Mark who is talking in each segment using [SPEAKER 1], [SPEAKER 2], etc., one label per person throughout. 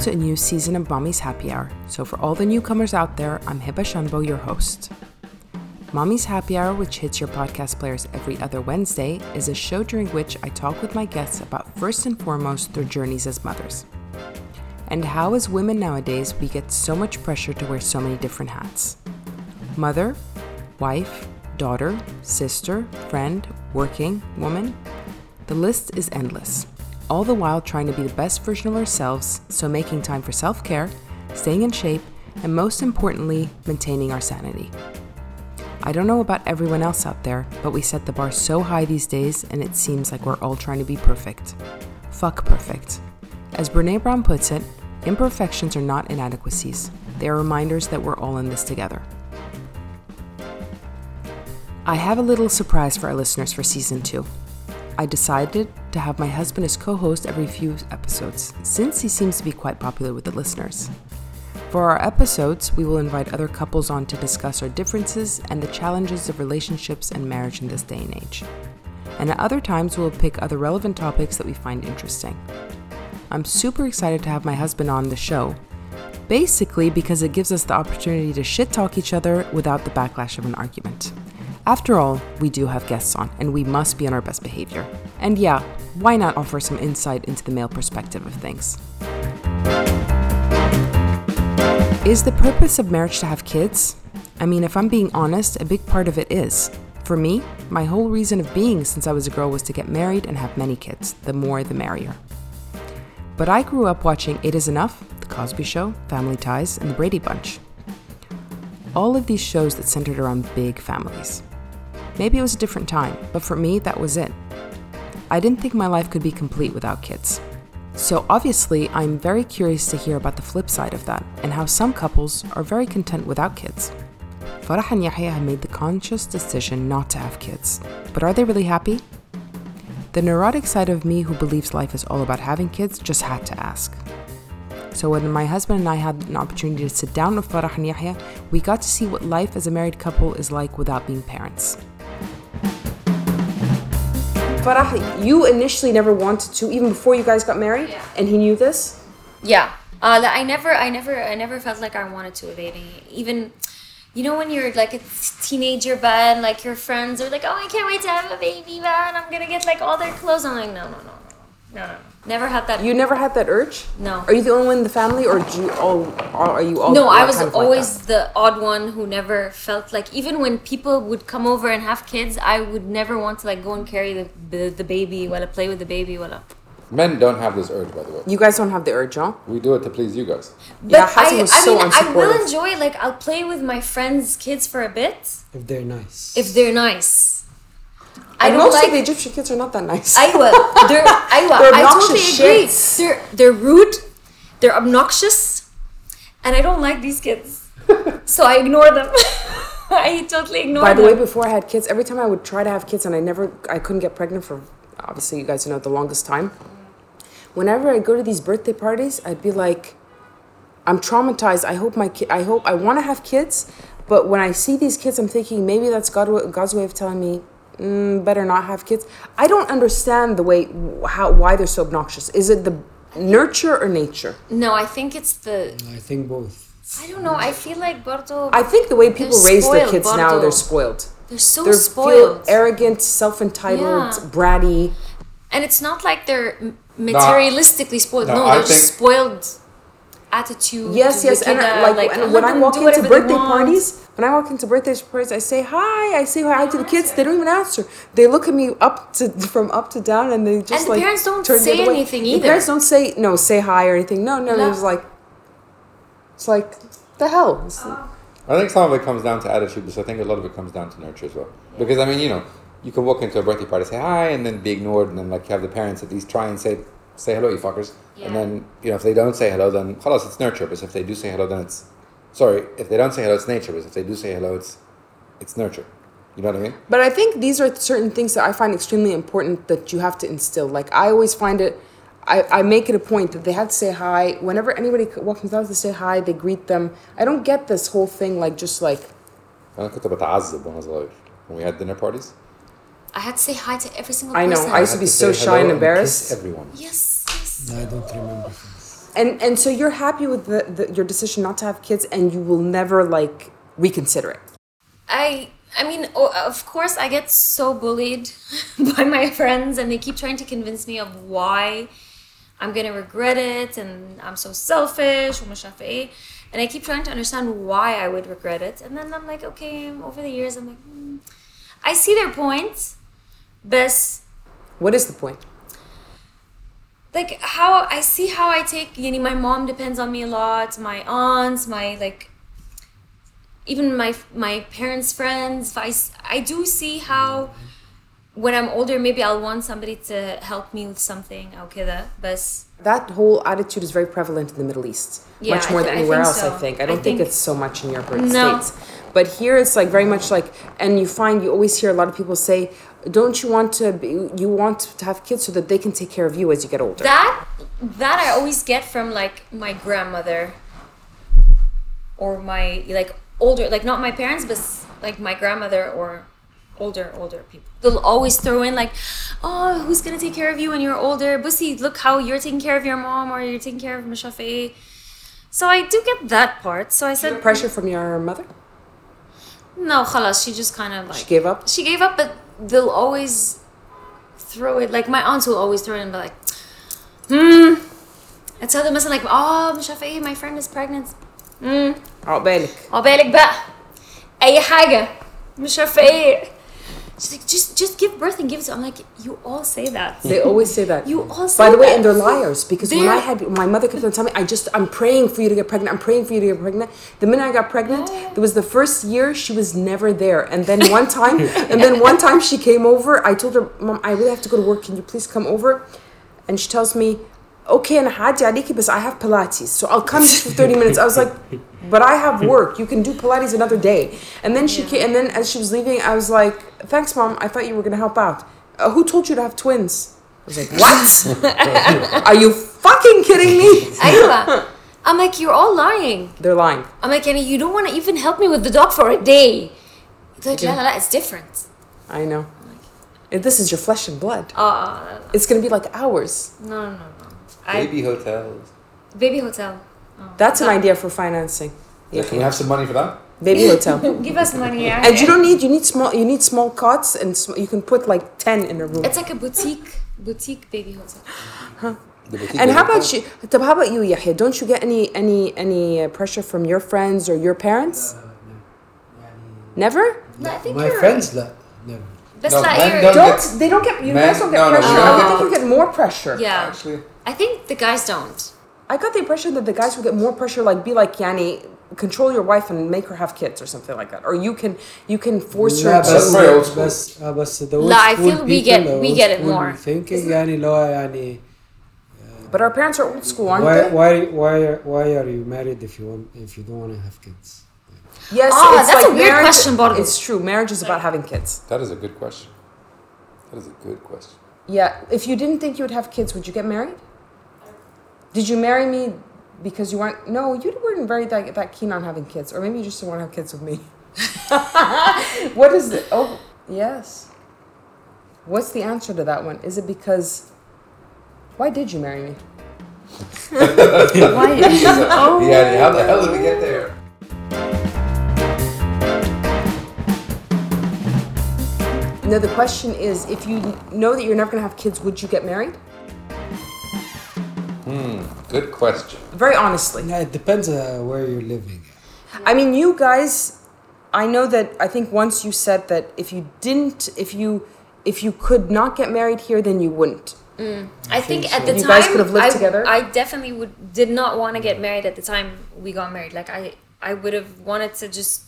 [SPEAKER 1] to a new season of Mommy's Happy Hour. So, for all the newcomers out there, I'm Hiba Shanbo, your host. Mommy's Happy Hour, which hits your podcast players every other Wednesday, is a show during which I talk with my guests about first and foremost their journeys as mothers. And how, as women nowadays, we get so much pressure to wear so many different hats mother, wife, daughter, sister, friend, working, woman. The list is endless, all the while trying to be the best version of ourselves, so making time for self care, staying in shape, and most importantly, maintaining our sanity. I don't know about everyone else out there, but we set the bar so high these days, and it seems like we're all trying to be perfect. Fuck perfect. As Brene Brown puts it, imperfections are not inadequacies, they are reminders that we're all in this together. I have a little surprise for our listeners for season two. I decided to have my husband as co host every few episodes, since he seems to be quite popular with the listeners. For our episodes, we will invite other couples on to discuss our differences and the challenges of relationships and marriage in this day and age. And at other times, we'll pick other relevant topics that we find interesting. I'm super excited to have my husband on the show, basically because it gives us the opportunity to shit talk each other without the backlash of an argument. After all, we do have guests on, and we must be on our best behavior. And yeah, why not offer some insight into the male perspective of things? Is the purpose of marriage to have kids? I mean, if I'm being honest, a big part of it is. For me, my whole reason of being since I was a girl was to get married and have many kids. The more, the merrier. But I grew up watching It Is Enough, The Cosby Show, Family Ties, and The Brady Bunch. All of these shows that centered around big families. Maybe it was a different time, but for me, that was it. I didn't think my life could be complete without kids. So, obviously, I'm very curious to hear about the flip side of that and how some couples are very content without kids. Farah and Yahya have made the conscious decision not to have kids, but are they really happy? The neurotic side of me who believes life is all about having kids just had to ask. So when my husband and I had an opportunity to sit down with Farah and Yahya, we got to see what life as a married couple is like without being parents. Farah, you initially never wanted to, even before you guys got married,
[SPEAKER 2] Yeah.
[SPEAKER 1] and he knew this.
[SPEAKER 2] Yeah. Uh, like, I never, I never, I never felt like I wanted to a baby. Even, you know, when you're like a teenager, but and, like your friends are like, oh, I can't wait to have a baby, but I'm gonna get like all their clothes. I'm like, no, no, no, no, no, no, no. Never had that.
[SPEAKER 1] You never had that urge.
[SPEAKER 2] No.
[SPEAKER 1] Are you the only one in the family, or do you all? Are are you all?
[SPEAKER 2] no, I
[SPEAKER 1] all
[SPEAKER 2] was
[SPEAKER 1] kind of like
[SPEAKER 2] always
[SPEAKER 1] that?
[SPEAKER 2] the odd one who never felt like even when people would come over and have kids, I would never want to like go and carry the the, the baby while I play with the baby while I.
[SPEAKER 3] Men don't have this urge, by the way.
[SPEAKER 1] You guys don't have the urge, huh?
[SPEAKER 3] We do it to please you guys.
[SPEAKER 1] Yeah, Hassan was so
[SPEAKER 2] I will
[SPEAKER 1] unsupportive.
[SPEAKER 2] enjoy like I'll play with my friends' kids for a bit
[SPEAKER 4] If they're nice.
[SPEAKER 2] if they're nice. I
[SPEAKER 1] And
[SPEAKER 2] don't
[SPEAKER 1] most
[SPEAKER 2] like.
[SPEAKER 1] of the Egyptian kids are not that nice.
[SPEAKER 2] I will. They're. I will.
[SPEAKER 1] They're
[SPEAKER 2] I totally
[SPEAKER 1] obnoxious
[SPEAKER 2] agree.
[SPEAKER 1] shits.
[SPEAKER 2] They're they're rude. They're obnoxious, and I don't like these kids, so I ignore them. I totally ignore
[SPEAKER 1] By the
[SPEAKER 2] them.
[SPEAKER 1] way, before I had kids, every time I would try to have kids and I never, I couldn't get pregnant for, obviously, you guys know the longest time. Whenever I go to these birthday parties, I'd be like, I'm traumatized. I hope my kid, I hope, I want to have kids, but when I see these kids, I'm thinking maybe that's God, wa- God's way of telling me, mm, better not have kids. I don't understand the way, how, why they're so obnoxious. Is it the nurture or nature?
[SPEAKER 2] no, I think it's the.
[SPEAKER 4] I think both.
[SPEAKER 2] I don't know. I feel like Bordeaux.
[SPEAKER 1] I think the way people
[SPEAKER 2] They're
[SPEAKER 1] raise their
[SPEAKER 2] spoiled,
[SPEAKER 1] kids now, they're
[SPEAKER 2] Bardo.
[SPEAKER 1] spoiled.
[SPEAKER 2] they're so
[SPEAKER 1] They're feel
[SPEAKER 2] spoiled,
[SPEAKER 1] arrogant, self-entitled,
[SPEAKER 2] Yeah.
[SPEAKER 1] bratty.
[SPEAKER 2] and it's not like they're m- materialistically spoiled. No,
[SPEAKER 3] no, I
[SPEAKER 2] they're just
[SPEAKER 3] think-
[SPEAKER 2] spoiled attitude.
[SPEAKER 1] Yes, yes, and
[SPEAKER 2] wicked,
[SPEAKER 1] I,
[SPEAKER 2] uh,
[SPEAKER 1] like, and when
[SPEAKER 2] let
[SPEAKER 1] I
[SPEAKER 2] them
[SPEAKER 1] walk
[SPEAKER 2] do
[SPEAKER 1] into
[SPEAKER 2] whatever they
[SPEAKER 1] birthday
[SPEAKER 2] want.
[SPEAKER 1] parties, when I walk into birthday parties, I say hi, I say hi to the kids. They don't even answer. They look at me up to from up to down, and they just
[SPEAKER 2] And the
[SPEAKER 1] like
[SPEAKER 2] parents don't
[SPEAKER 1] turn the
[SPEAKER 2] say
[SPEAKER 1] other way.
[SPEAKER 2] anything
[SPEAKER 1] The
[SPEAKER 2] either.
[SPEAKER 1] parents don't say no, say hi or anything. No, no,
[SPEAKER 2] No.
[SPEAKER 1] it's like it's like the hell. It's-
[SPEAKER 3] I think some of it comes down to attitude, but I think a lot of it comes down to nurture as well. Because I mean, you know, you can walk into a birthday party, say hi, and then be ignored, and then like have the parents at least try and say, say hello, you fuckers. And
[SPEAKER 2] Yeah.
[SPEAKER 3] then you know, if they don't say hello, then halas, it's nurture. But if they do say hello, then it's sorry. If they don't say hello, it's nature. But if they do say hello, it's it's nurture. You know what I mean?
[SPEAKER 1] But I think these are certain things that I find extremely important that you have to instill. Like I always find it, I, I make it a point that they have to say hi whenever anybody walks out to say hi. They greet them. I don't get this whole thing like just like
[SPEAKER 3] أنا كنت بتعذب وأنا صغير. When we had dinner parties,
[SPEAKER 2] I had to say hi to every single
[SPEAKER 1] I know,
[SPEAKER 2] person.
[SPEAKER 1] I used to
[SPEAKER 3] had
[SPEAKER 1] be so
[SPEAKER 3] say hello
[SPEAKER 1] shy and
[SPEAKER 3] kiss
[SPEAKER 1] embarrassed.
[SPEAKER 3] everyone.
[SPEAKER 2] Yes, yes.
[SPEAKER 4] I don't remember.
[SPEAKER 1] And and so you're happy with the, the, your decision not to have kids, and you will never like reconsider it.
[SPEAKER 2] I I mean, o- of course, I get so bullied by my friends, and they keep trying to convince me of why I'm gonna regret it, and I'm so selfish, ومش عارفة إيه. and I keep trying to understand why I would regret it, and then I'm like, okay, over the years, I'm like, hmm. I see their point, but
[SPEAKER 1] What is the point?
[SPEAKER 2] like how I see how I take you know my mom depends on me a lot my aunts my like even my my parents friends I, s- I do see how when I'm older maybe I'll want somebody to help me with something أو كده بس
[SPEAKER 1] That whole attitude is very prevalent in the Middle East,
[SPEAKER 2] Yeah,
[SPEAKER 1] much
[SPEAKER 2] I
[SPEAKER 1] more
[SPEAKER 2] thi-
[SPEAKER 1] than
[SPEAKER 2] I
[SPEAKER 1] anywhere
[SPEAKER 2] think
[SPEAKER 1] else. I
[SPEAKER 2] so.
[SPEAKER 1] think I
[SPEAKER 2] I
[SPEAKER 1] don't think,
[SPEAKER 2] think-
[SPEAKER 1] it's so much in Europe or the
[SPEAKER 2] No.
[SPEAKER 1] States, but here it's like very much like, and you find you always hear a lot of people say, "Don't you want to? Be, you want to have kids so that they can take care of you as you get older."
[SPEAKER 2] that that I always get from like my grandmother or my like older like not my parents but s- like my grandmother or older older people they'll always throw in like oh who's gonna take care of you when you're older bussy look how you're taking care of your mom or you're taking care of Mishafe. so i do get that part so i said
[SPEAKER 1] Pressure from your mother.
[SPEAKER 2] no خلاص she just kind of like
[SPEAKER 1] She gave up.
[SPEAKER 2] she gave up, but they'll always throw it. Like my aunts will always throw it and be like, hmm. I tell them مثلا like, oh, مش عارفة ايه, my friend is pregnant. Hmm.
[SPEAKER 1] Oh, عقبالك.
[SPEAKER 2] عقبالك بقى. أي حاجة. مش عارفة ايه. She's like, just just give birth and give it to. I'm like, you all say that.
[SPEAKER 1] They always say that.
[SPEAKER 2] You all say
[SPEAKER 1] By the way,
[SPEAKER 2] that.
[SPEAKER 1] and they're liars because when I
[SPEAKER 2] They're-
[SPEAKER 1] had my mother kept on telling me, I just I'm praying for you to get pregnant. I'm praying for you to get pregnant. The minute I got pregnant, it was the first year she was never there. And then one time, and then one time she came over. I told her, Mom, I really have to go to work. Can you please come over? And she tells me, Okay, and Hadi Aliki, but I have Pilates, so I'll come just for 30 minutes. I was like, But I have work. You can do Pilates another day. And then she
[SPEAKER 2] Yeah.
[SPEAKER 1] came, and then as she was leaving, I was like, Thanks, Mom. I thought you were gonna help out. Uh, who told you to have twins? I was like, What? Are you fucking kidding me?
[SPEAKER 2] أيوة. I'm like, you're all lying.
[SPEAKER 1] They're lying.
[SPEAKER 2] I'm like, Annie, you don't want to even help me with the dog for a day. It's like, la la la, it's different.
[SPEAKER 1] I know. And This is your flesh and blood.
[SPEAKER 2] Uh,
[SPEAKER 1] It's gonna be like ours.
[SPEAKER 2] no, no, no, no. I,
[SPEAKER 3] Baby hotels.
[SPEAKER 2] baby hotel.
[SPEAKER 1] That's an idea for financing. Yeah.
[SPEAKER 3] Can we have some money for that?
[SPEAKER 1] Baby hotel.
[SPEAKER 2] Give us money. yeah.
[SPEAKER 1] And you don't need you need small you need small cots and sm- you can put like ten in a room.
[SPEAKER 2] It's like a boutique, boutique baby hotel.
[SPEAKER 3] The boutique
[SPEAKER 1] And
[SPEAKER 3] baby
[SPEAKER 1] how about
[SPEAKER 3] hotel?
[SPEAKER 1] you? Tab, how about you, Yahya? Don't you get any any any uh, pressure from your friends or your parents?
[SPEAKER 4] Uh, no. يعني-
[SPEAKER 1] Never.
[SPEAKER 2] No, I think
[SPEAKER 4] My
[SPEAKER 2] you're-
[SPEAKER 4] friends لا never.
[SPEAKER 2] That's
[SPEAKER 3] No,
[SPEAKER 2] like
[SPEAKER 3] men
[SPEAKER 2] you're-
[SPEAKER 3] don't-
[SPEAKER 1] Don't they don't get you
[SPEAKER 3] Men-
[SPEAKER 1] guys don't get
[SPEAKER 3] no, no,
[SPEAKER 1] pressure? I
[SPEAKER 2] we don't
[SPEAKER 1] would
[SPEAKER 2] get-
[SPEAKER 1] think you get more pressure.
[SPEAKER 2] yeah.
[SPEAKER 3] Actually,
[SPEAKER 2] I think the guys don't.
[SPEAKER 1] I got the impression that the guys would get more pressure, like be like Yani, control your wife and make her have kids or something like that, or you can you can force
[SPEAKER 4] لا
[SPEAKER 1] her.
[SPEAKER 4] بس
[SPEAKER 1] to-
[SPEAKER 3] That's very old school.
[SPEAKER 4] بس آه بس ah, the
[SPEAKER 2] لا, I
[SPEAKER 4] old school
[SPEAKER 2] feel we
[SPEAKER 4] people,
[SPEAKER 2] get-
[SPEAKER 4] the
[SPEAKER 2] we
[SPEAKER 4] old
[SPEAKER 2] get it
[SPEAKER 4] school
[SPEAKER 2] more.
[SPEAKER 4] Thinking يعني اللي هو يعني
[SPEAKER 1] But our parents are old school, aren't
[SPEAKER 4] why
[SPEAKER 1] they?
[SPEAKER 4] why why why are you married if you want if you don't want to have kids?
[SPEAKER 1] Yes,
[SPEAKER 2] Ah,
[SPEAKER 1] it's
[SPEAKER 2] that's
[SPEAKER 1] like
[SPEAKER 2] a weird
[SPEAKER 1] marriage-
[SPEAKER 2] question, Bardo.
[SPEAKER 1] It's true. Marriage is about having kids.
[SPEAKER 3] that is a good question. That is a good question.
[SPEAKER 1] Yeah. If you didn't think you would have kids, would you get married? Did you marry me because you weren't? No, you weren't very that, that keen on having kids, or maybe you just didn't want to have kids with me. what is the? Oh, yes. What's the answer to that one? Is it because? Why did you marry me? Oh,
[SPEAKER 3] Yeah, how the hell did we get there?
[SPEAKER 1] No, the question is, if you know that you're never gonna have kids, would you get married?
[SPEAKER 3] Good question.
[SPEAKER 1] Very honestly.
[SPEAKER 4] Yeah, it depends uh, where you're living.
[SPEAKER 1] I mean, you guys, I know that I think once you said that if you didn't, if you, if you could not get married here, then you wouldn't.
[SPEAKER 2] I think at the
[SPEAKER 1] You
[SPEAKER 2] time
[SPEAKER 1] guys could have lived
[SPEAKER 2] I,
[SPEAKER 1] together?
[SPEAKER 2] I definitely would did not want to get married at the time we got married. Like I I would have wanted to just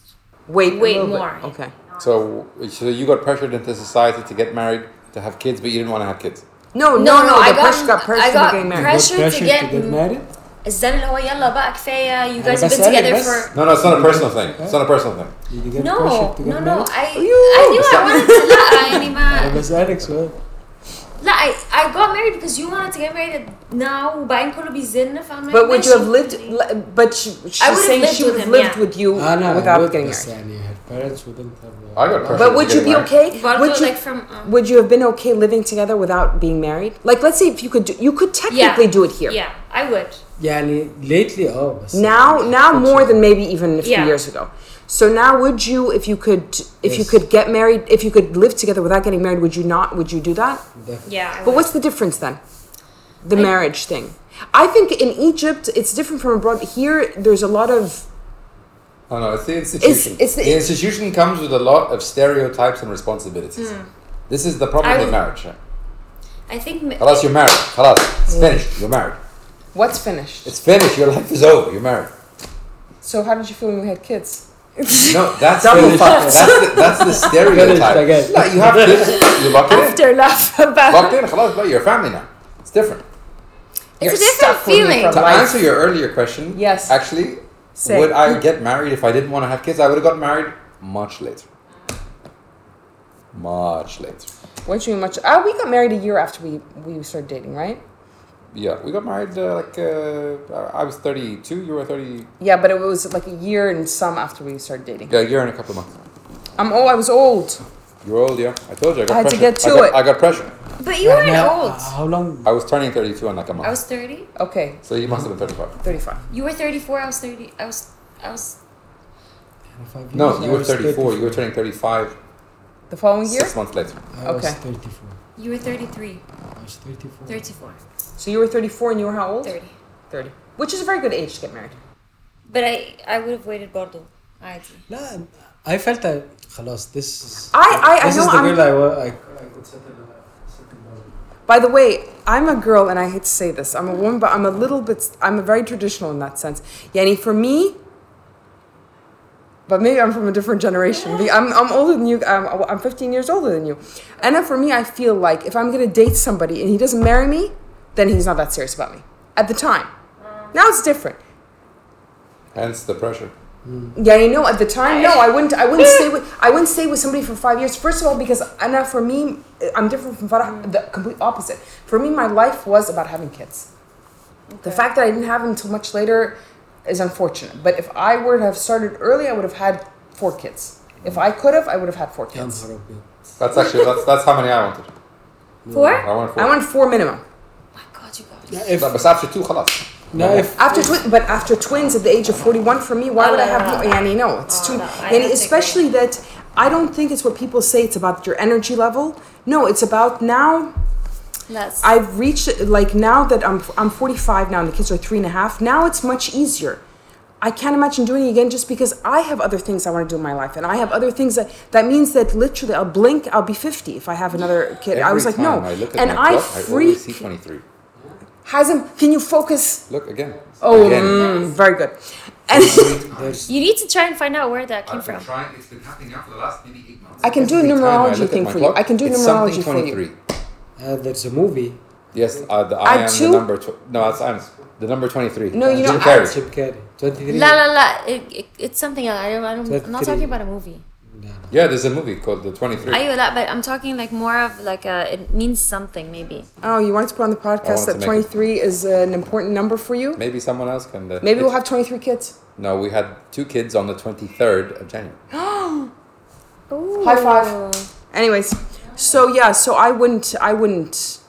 [SPEAKER 1] Wait, a
[SPEAKER 2] Wait
[SPEAKER 1] little bit.
[SPEAKER 2] more.
[SPEAKER 1] Okay.
[SPEAKER 3] So, so you got pressured into society to get married, to have kids, but you didn't want to have kids.
[SPEAKER 1] No, no,
[SPEAKER 2] No,
[SPEAKER 1] no.
[SPEAKER 2] no, I
[SPEAKER 1] the
[SPEAKER 2] got-
[SPEAKER 1] pressure got pressure
[SPEAKER 2] I got
[SPEAKER 1] to getting married.
[SPEAKER 2] press- Pressure to get m-
[SPEAKER 4] married?
[SPEAKER 2] الزن اللي هو يلا بقى كفاية you guys have
[SPEAKER 4] بس
[SPEAKER 2] been
[SPEAKER 4] قالي
[SPEAKER 2] together
[SPEAKER 4] بس.
[SPEAKER 2] for
[SPEAKER 3] No, no, it's not a personal thing. It's not a personal thing.
[SPEAKER 4] Did you get
[SPEAKER 2] no
[SPEAKER 4] pressured to
[SPEAKER 2] no
[SPEAKER 4] get
[SPEAKER 2] no
[SPEAKER 4] married?
[SPEAKER 2] I I
[SPEAKER 1] You.
[SPEAKER 2] knew I wanted to لا يعني
[SPEAKER 4] أنا
[SPEAKER 2] ما
[SPEAKER 4] بسألك سؤال.
[SPEAKER 2] لا I, I got married because you wanted to get married at now وبعدين كله بيزن فاهمة
[SPEAKER 1] But would you have lived? li- But she, she's
[SPEAKER 2] would've
[SPEAKER 1] saying
[SPEAKER 2] lived
[SPEAKER 1] she
[SPEAKER 2] with
[SPEAKER 1] would have
[SPEAKER 2] him,
[SPEAKER 1] lived
[SPEAKER 2] yeah.
[SPEAKER 1] with you
[SPEAKER 4] أنا
[SPEAKER 1] without
[SPEAKER 4] would,
[SPEAKER 1] getting
[SPEAKER 4] بس
[SPEAKER 1] married.
[SPEAKER 4] يعني her parents wouldn't have. uh,
[SPEAKER 3] I got pressured.
[SPEAKER 1] But would you be
[SPEAKER 3] Getting
[SPEAKER 1] okay?
[SPEAKER 2] But
[SPEAKER 1] Would you,
[SPEAKER 2] like from, um,
[SPEAKER 1] would you have been okay living together without being married? Like, let's say if you could, do, you could technically do it here.
[SPEAKER 2] Yeah, I would.
[SPEAKER 4] يعني lately oh, اه بس
[SPEAKER 1] Now, now more than maybe even a few
[SPEAKER 2] Yeah.
[SPEAKER 1] years ago. So now, would you, if you could, if you
[SPEAKER 4] Yes.
[SPEAKER 1] could get married, if you could live together without getting married, would you not? Would you do that?
[SPEAKER 4] definitely.
[SPEAKER 2] Yeah. I
[SPEAKER 1] But
[SPEAKER 2] would.
[SPEAKER 1] what's the difference then? The marriage thing. I think in Egypt it's different from abroad. Here, there's a lot of
[SPEAKER 3] Oh no, it's the institution.
[SPEAKER 1] it's the-
[SPEAKER 3] the, institution comes with a lot of stereotypes and responsibilities.
[SPEAKER 1] Hmm.
[SPEAKER 3] This is the problem
[SPEAKER 2] I
[SPEAKER 3] with
[SPEAKER 2] would-
[SPEAKER 3] marriage.
[SPEAKER 2] I think. ma-
[SPEAKER 3] Halas, you're married. Halas, it's finished. You're married.
[SPEAKER 1] what's finished.
[SPEAKER 3] It's finished. Your life is over. You're married.
[SPEAKER 1] So how did you feel when you had kids?
[SPEAKER 3] No, that's
[SPEAKER 1] Double
[SPEAKER 3] finished.
[SPEAKER 1] fuck.
[SPEAKER 3] That's the, that's the stereotype.
[SPEAKER 4] again.
[SPEAKER 3] No, you have kids. You locked in.
[SPEAKER 1] After laugh about.
[SPEAKER 3] Locked in. Halas, but you're a family now. It's different.
[SPEAKER 1] You're
[SPEAKER 2] It's a different
[SPEAKER 1] stuck with me
[SPEAKER 2] feeling.
[SPEAKER 1] from
[SPEAKER 3] To
[SPEAKER 1] life.
[SPEAKER 3] answer your earlier question,
[SPEAKER 1] Yes.
[SPEAKER 3] actually,
[SPEAKER 1] Say.
[SPEAKER 3] would I get married if I didn't want to have kids? I would have got married much later. Much later.
[SPEAKER 1] What do you mean much? Uh, we got married a year after we we started dating, right?
[SPEAKER 3] Yeah, we got married uh, like uh, I was thirty-two. You were thirty.
[SPEAKER 1] Yeah, but it was like a year and some after we started dating.
[SPEAKER 3] Yeah, a year and a couple of months.
[SPEAKER 1] I'm old. I was old.
[SPEAKER 3] You're old, yeah. I told you. I
[SPEAKER 1] I
[SPEAKER 3] got
[SPEAKER 1] had to
[SPEAKER 3] pressure.
[SPEAKER 1] get to
[SPEAKER 3] I got,
[SPEAKER 1] it.
[SPEAKER 3] I got pressure.
[SPEAKER 2] But you weren't
[SPEAKER 4] Now,
[SPEAKER 2] old.
[SPEAKER 4] uh, how long
[SPEAKER 3] I was turning thirty-two in like a month.
[SPEAKER 2] I was 30.
[SPEAKER 1] Okay,
[SPEAKER 3] so you must have been thirty-five.
[SPEAKER 1] 35.
[SPEAKER 2] You were 34. I was 30. I was. I was.
[SPEAKER 4] five years?
[SPEAKER 3] No, you
[SPEAKER 4] I
[SPEAKER 3] were
[SPEAKER 4] was
[SPEAKER 3] thirty-four. You were turning thirty-five
[SPEAKER 1] The following year.
[SPEAKER 3] six months later.
[SPEAKER 4] I was
[SPEAKER 1] Okay.
[SPEAKER 4] 34
[SPEAKER 2] You were 33.
[SPEAKER 4] I was 34
[SPEAKER 2] 34.
[SPEAKER 1] So you were 34 and you were how old?
[SPEAKER 2] 30.
[SPEAKER 1] 30. Which is a very good age to get married.
[SPEAKER 2] But I. I would have waited برضه. عادي.
[SPEAKER 4] لا I felt I خلاص this is
[SPEAKER 1] I- I- I
[SPEAKER 4] this
[SPEAKER 1] know
[SPEAKER 4] is the
[SPEAKER 1] I'm-
[SPEAKER 4] girl I, wa- I, I could settle settle down
[SPEAKER 1] By the way, I'm a girl and I hate to say this. I'm a woman, but I'm a little bit, I'm a very traditional in that sense. Yani, for me, but maybe I'm from a different generation. Be- I'm, I'm older than you. I'm, I'm 15 years older than you. And then for me, I feel like if I'm going to date somebody and he doesn't marry me, then he's not that serious about me at the time. Now it's different.
[SPEAKER 3] Hence the pressure.
[SPEAKER 1] Yeah, you know, at the time, no, I wouldn't. I wouldn't stay with. I wouldn't stay with somebody for five years. First of all, because Anna, for me, I'm different from Farah, the complete opposite. For me, my life was about having kids. The fact that I didn't have them until much later is unfortunate. But if I were to have started early, I would have had four kids. If I could have, I would have had four
[SPEAKER 4] يا
[SPEAKER 1] kids.
[SPEAKER 4] نهار أبيض
[SPEAKER 3] That's actually that's that's how many I wanted.
[SPEAKER 2] Four?
[SPEAKER 3] I wanted four.
[SPEAKER 1] I want four minimum.
[SPEAKER 2] My God, you
[SPEAKER 4] لا
[SPEAKER 2] guys.
[SPEAKER 4] if
[SPEAKER 3] No, but after two, خلاص.
[SPEAKER 4] لا if
[SPEAKER 1] After twi- but after twins at the age of 41 for me, why
[SPEAKER 2] Oh,
[SPEAKER 1] would I
[SPEAKER 2] no,
[SPEAKER 1] have
[SPEAKER 2] no,
[SPEAKER 1] more?
[SPEAKER 2] no.
[SPEAKER 1] Yani, no, it's
[SPEAKER 2] Oh,
[SPEAKER 1] too.
[SPEAKER 2] no, I
[SPEAKER 1] yani,
[SPEAKER 2] don't think
[SPEAKER 1] especially that I don't think it's what people say. It's about your energy level. No, it's about now.
[SPEAKER 2] Less.
[SPEAKER 1] I've reached like now that I'm I'm 45 now and the kids are three and a half. Now it's much easier. I can't imagine doing it again just because I have other things I want to do in my life and I have other things that that means that literally I'll blink I'll be 50 if I have another kid. I was like
[SPEAKER 3] Every
[SPEAKER 1] no,
[SPEAKER 3] time I look at
[SPEAKER 1] and
[SPEAKER 3] my
[SPEAKER 1] I
[SPEAKER 3] clock, I always see
[SPEAKER 1] freak.
[SPEAKER 3] twenty-three.
[SPEAKER 1] Hazem, can you focus?
[SPEAKER 3] Look again.
[SPEAKER 1] Oh,
[SPEAKER 3] again.
[SPEAKER 1] mm, very good. And
[SPEAKER 4] there's
[SPEAKER 2] you need to try and find out where that came
[SPEAKER 3] I've been
[SPEAKER 2] from.
[SPEAKER 3] trying. It's been happening now for the last maybe eight months.
[SPEAKER 1] I can do a
[SPEAKER 3] Every time I
[SPEAKER 1] numerology
[SPEAKER 3] look at
[SPEAKER 1] thing
[SPEAKER 3] my
[SPEAKER 1] for you. I can do
[SPEAKER 3] it's
[SPEAKER 1] numerology
[SPEAKER 3] something
[SPEAKER 1] for you.
[SPEAKER 3] 23.
[SPEAKER 4] uh, there's a movie
[SPEAKER 3] Yes, uh, the,
[SPEAKER 1] Add
[SPEAKER 3] I am
[SPEAKER 1] two?
[SPEAKER 3] the number. Tw- no, that's I'm the number twenty-three.
[SPEAKER 1] No, you
[SPEAKER 3] Jim
[SPEAKER 1] know,
[SPEAKER 3] Carrey.
[SPEAKER 4] Chip Carrey 23
[SPEAKER 2] La la la. It, it, it's something else. I don't. I don't I'm not
[SPEAKER 4] Thirty.
[SPEAKER 2] talking about a movie.
[SPEAKER 4] لا.
[SPEAKER 3] Yeah, there's a movie called The Twenty-Three.
[SPEAKER 2] I that, but I'm talking like more of like a. It means something maybe.
[SPEAKER 1] oh, you wanted to put on the podcast
[SPEAKER 3] wanted
[SPEAKER 1] that
[SPEAKER 3] to make it-
[SPEAKER 1] 23 is an important number for you?
[SPEAKER 3] Maybe someone else can. Uh,
[SPEAKER 1] Maybe we'll have 23 kids.
[SPEAKER 3] No, we had two kids on the twenty-third of January.
[SPEAKER 2] Ooh.
[SPEAKER 1] High five. Anyways, so yeah, so I wouldn't, I wouldn't.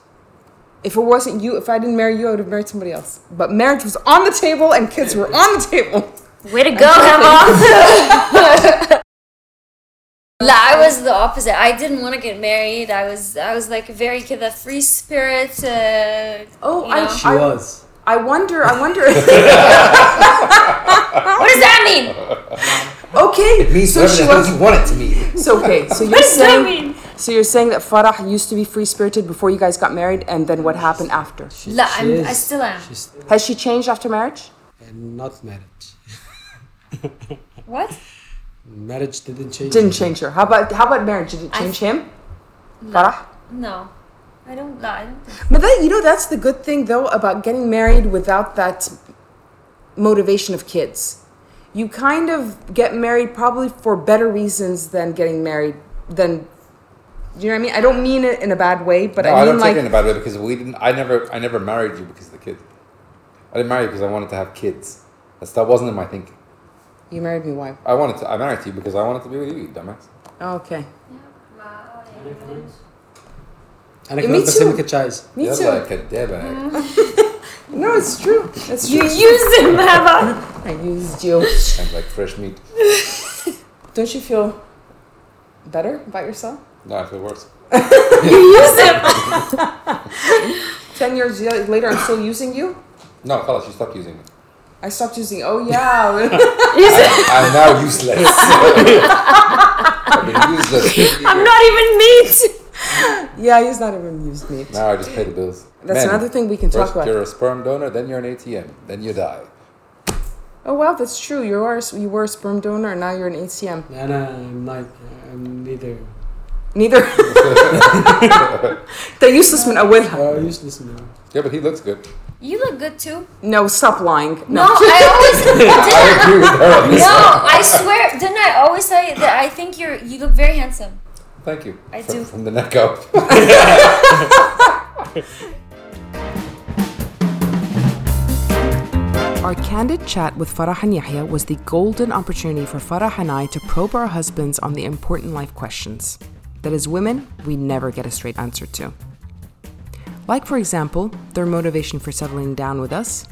[SPEAKER 1] If it wasn't you, if I didn't marry you, I would have married somebody else. But marriage was on the table and kids were on the table.
[SPEAKER 2] Way to go, Emma. La, I was the opposite. I didn't want to get married. I was, I was like a very kid, that free spirit. Uh,
[SPEAKER 1] Oh,
[SPEAKER 2] you know.
[SPEAKER 1] I-
[SPEAKER 4] she was
[SPEAKER 1] I wonder, I wonder. okay,
[SPEAKER 2] what does that mean?
[SPEAKER 1] so she was.
[SPEAKER 3] want it to mean.
[SPEAKER 1] So okay, so you're
[SPEAKER 2] What does that
[SPEAKER 1] saying,
[SPEAKER 2] mean?
[SPEAKER 1] so you're saying that Farah used to be free spirited before you guys got married, and then what happened after?
[SPEAKER 2] La, I'm, I
[SPEAKER 4] is-
[SPEAKER 2] still am.
[SPEAKER 4] she's
[SPEAKER 1] Has she changed after marriage?
[SPEAKER 4] not married
[SPEAKER 2] What?
[SPEAKER 4] marriage didn't change
[SPEAKER 1] Didn't change her. How about how about marriage? Did it
[SPEAKER 2] I-
[SPEAKER 1] change him? Farah?
[SPEAKER 2] No, I don't. La, I don't think.
[SPEAKER 1] But that, you know, that's the good thing though about getting married without that motivation of kids. You kind of get married probably for better reasons than getting married than. Do you know what I mean? I don't mean it in a bad way, but
[SPEAKER 3] No,
[SPEAKER 1] I
[SPEAKER 3] I
[SPEAKER 1] mean
[SPEAKER 3] don't
[SPEAKER 1] like
[SPEAKER 3] take it about it because we didn't. I never. I never married you because of the kid. I didn't marry you because I wanted to have kids. That's, that wasn't in my thinking.
[SPEAKER 1] you married me. Why? Oh,
[SPEAKER 3] I wanted to. I married you because I wanted to be with you, you dumbass.
[SPEAKER 1] Okay,
[SPEAKER 4] أنا
[SPEAKER 1] Yeah,
[SPEAKER 4] كمان
[SPEAKER 1] me too.
[SPEAKER 4] بسمك تشايز
[SPEAKER 1] me
[SPEAKER 3] You're
[SPEAKER 1] too. Mm-hmm.
[SPEAKER 3] like a debag.
[SPEAKER 4] No, it's true. It's
[SPEAKER 2] You
[SPEAKER 4] true.
[SPEAKER 2] used him, Hava.
[SPEAKER 1] I used you.
[SPEAKER 3] And like fresh meat.
[SPEAKER 1] Don't you feel better about yourself?
[SPEAKER 3] No, I feel worse.
[SPEAKER 2] You used him.
[SPEAKER 1] 10 years y- later, I'm still using you?
[SPEAKER 3] No, Khalas, you stopped using me.
[SPEAKER 1] I stopped using, oh yeah.
[SPEAKER 3] I- I'm now useless. I've been useless.
[SPEAKER 2] I'm not even meat.
[SPEAKER 1] yeah, he's not even used me.
[SPEAKER 3] Now I just pay the bills.
[SPEAKER 1] That's
[SPEAKER 3] Men,
[SPEAKER 1] another thing we can talk
[SPEAKER 3] First,
[SPEAKER 1] about.
[SPEAKER 3] you're a sperm donor, then you're an ATM, then you die.
[SPEAKER 1] Oh wow, that's true. You are you were a sperm donor and now you're an ATM.
[SPEAKER 4] And I'm not. I'm neither.
[SPEAKER 1] Neither. the useless man. أولها.
[SPEAKER 4] Uh, useless now.
[SPEAKER 3] Yeah, but he looks good.
[SPEAKER 2] You look good too.
[SPEAKER 1] No, stop lying.
[SPEAKER 2] No,
[SPEAKER 1] No.
[SPEAKER 2] I always
[SPEAKER 3] I agree with her. on this.
[SPEAKER 2] No, I swear, didn't I always say that I think you're you look very handsome.
[SPEAKER 3] Thank you.
[SPEAKER 2] I
[SPEAKER 3] from,
[SPEAKER 2] do.
[SPEAKER 3] From the neck up.
[SPEAKER 1] Our candid chat with Farah and Yahya was the golden opportunity for Farah and I to probe our husbands on the important life questions that as women we never get a straight answer to. Like for example, their motivation for settling down with us,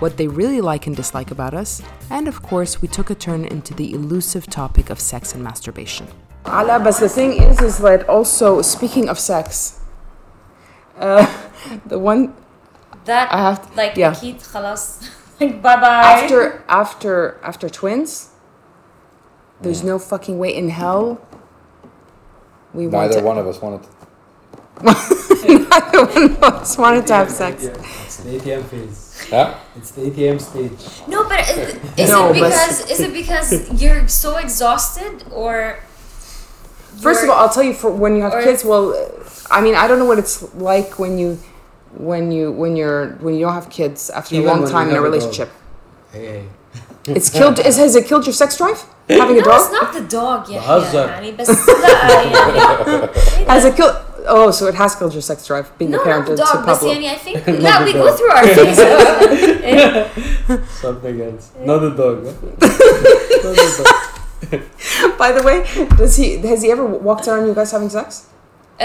[SPEAKER 1] what they really like and dislike about us, and of course we took a turn into the elusive topic of sex and masturbation. Ala, but the thing is, is that also speaking of sex, uh, the one
[SPEAKER 2] That
[SPEAKER 1] I have to-
[SPEAKER 2] like
[SPEAKER 1] yeah.
[SPEAKER 2] Nikit, خلاص. like bye bye.
[SPEAKER 1] after after after twins there's no fucking way in hell we want
[SPEAKER 3] Neither
[SPEAKER 1] to,
[SPEAKER 3] one of us wanted. To,
[SPEAKER 1] neither one of us wanted to have sex
[SPEAKER 4] ATM. It's the ATM phase.
[SPEAKER 3] huh?
[SPEAKER 4] It's the ATM stage.
[SPEAKER 2] No, but is, is
[SPEAKER 1] No,
[SPEAKER 2] it
[SPEAKER 1] but-
[SPEAKER 2] because is it because you're so exhausted or
[SPEAKER 1] first of all i'll tell you for when you have
[SPEAKER 2] or-
[SPEAKER 1] kids well uh, i mean i don't know what it's like when you when you when you're when you don't have kids after
[SPEAKER 4] Even
[SPEAKER 1] a long
[SPEAKER 4] when
[SPEAKER 1] time
[SPEAKER 4] you
[SPEAKER 1] in a
[SPEAKER 4] have a dog.
[SPEAKER 1] relationship
[SPEAKER 4] Hey.
[SPEAKER 1] it's killed is, has it killed your sex drive having a
[SPEAKER 2] no, it's
[SPEAKER 1] dog
[SPEAKER 2] not the dog yet.
[SPEAKER 4] بهزر.
[SPEAKER 2] يعني بس لا يعني
[SPEAKER 1] has it killed oh so it has killed your sex drive being
[SPEAKER 2] no,
[SPEAKER 1] a
[SPEAKER 2] not
[SPEAKER 1] parent
[SPEAKER 2] the
[SPEAKER 1] to, to
[SPEAKER 2] dog, بس
[SPEAKER 1] Pablo.
[SPEAKER 2] يعني I think
[SPEAKER 4] Not
[SPEAKER 2] لا
[SPEAKER 4] the
[SPEAKER 2] we go
[SPEAKER 4] dog.
[SPEAKER 2] through our phases.
[SPEAKER 4] Something else. Not a dog. huh? Not a dog.
[SPEAKER 1] by the way does he has he ever walked out on you guys having sex
[SPEAKER 2] Uh,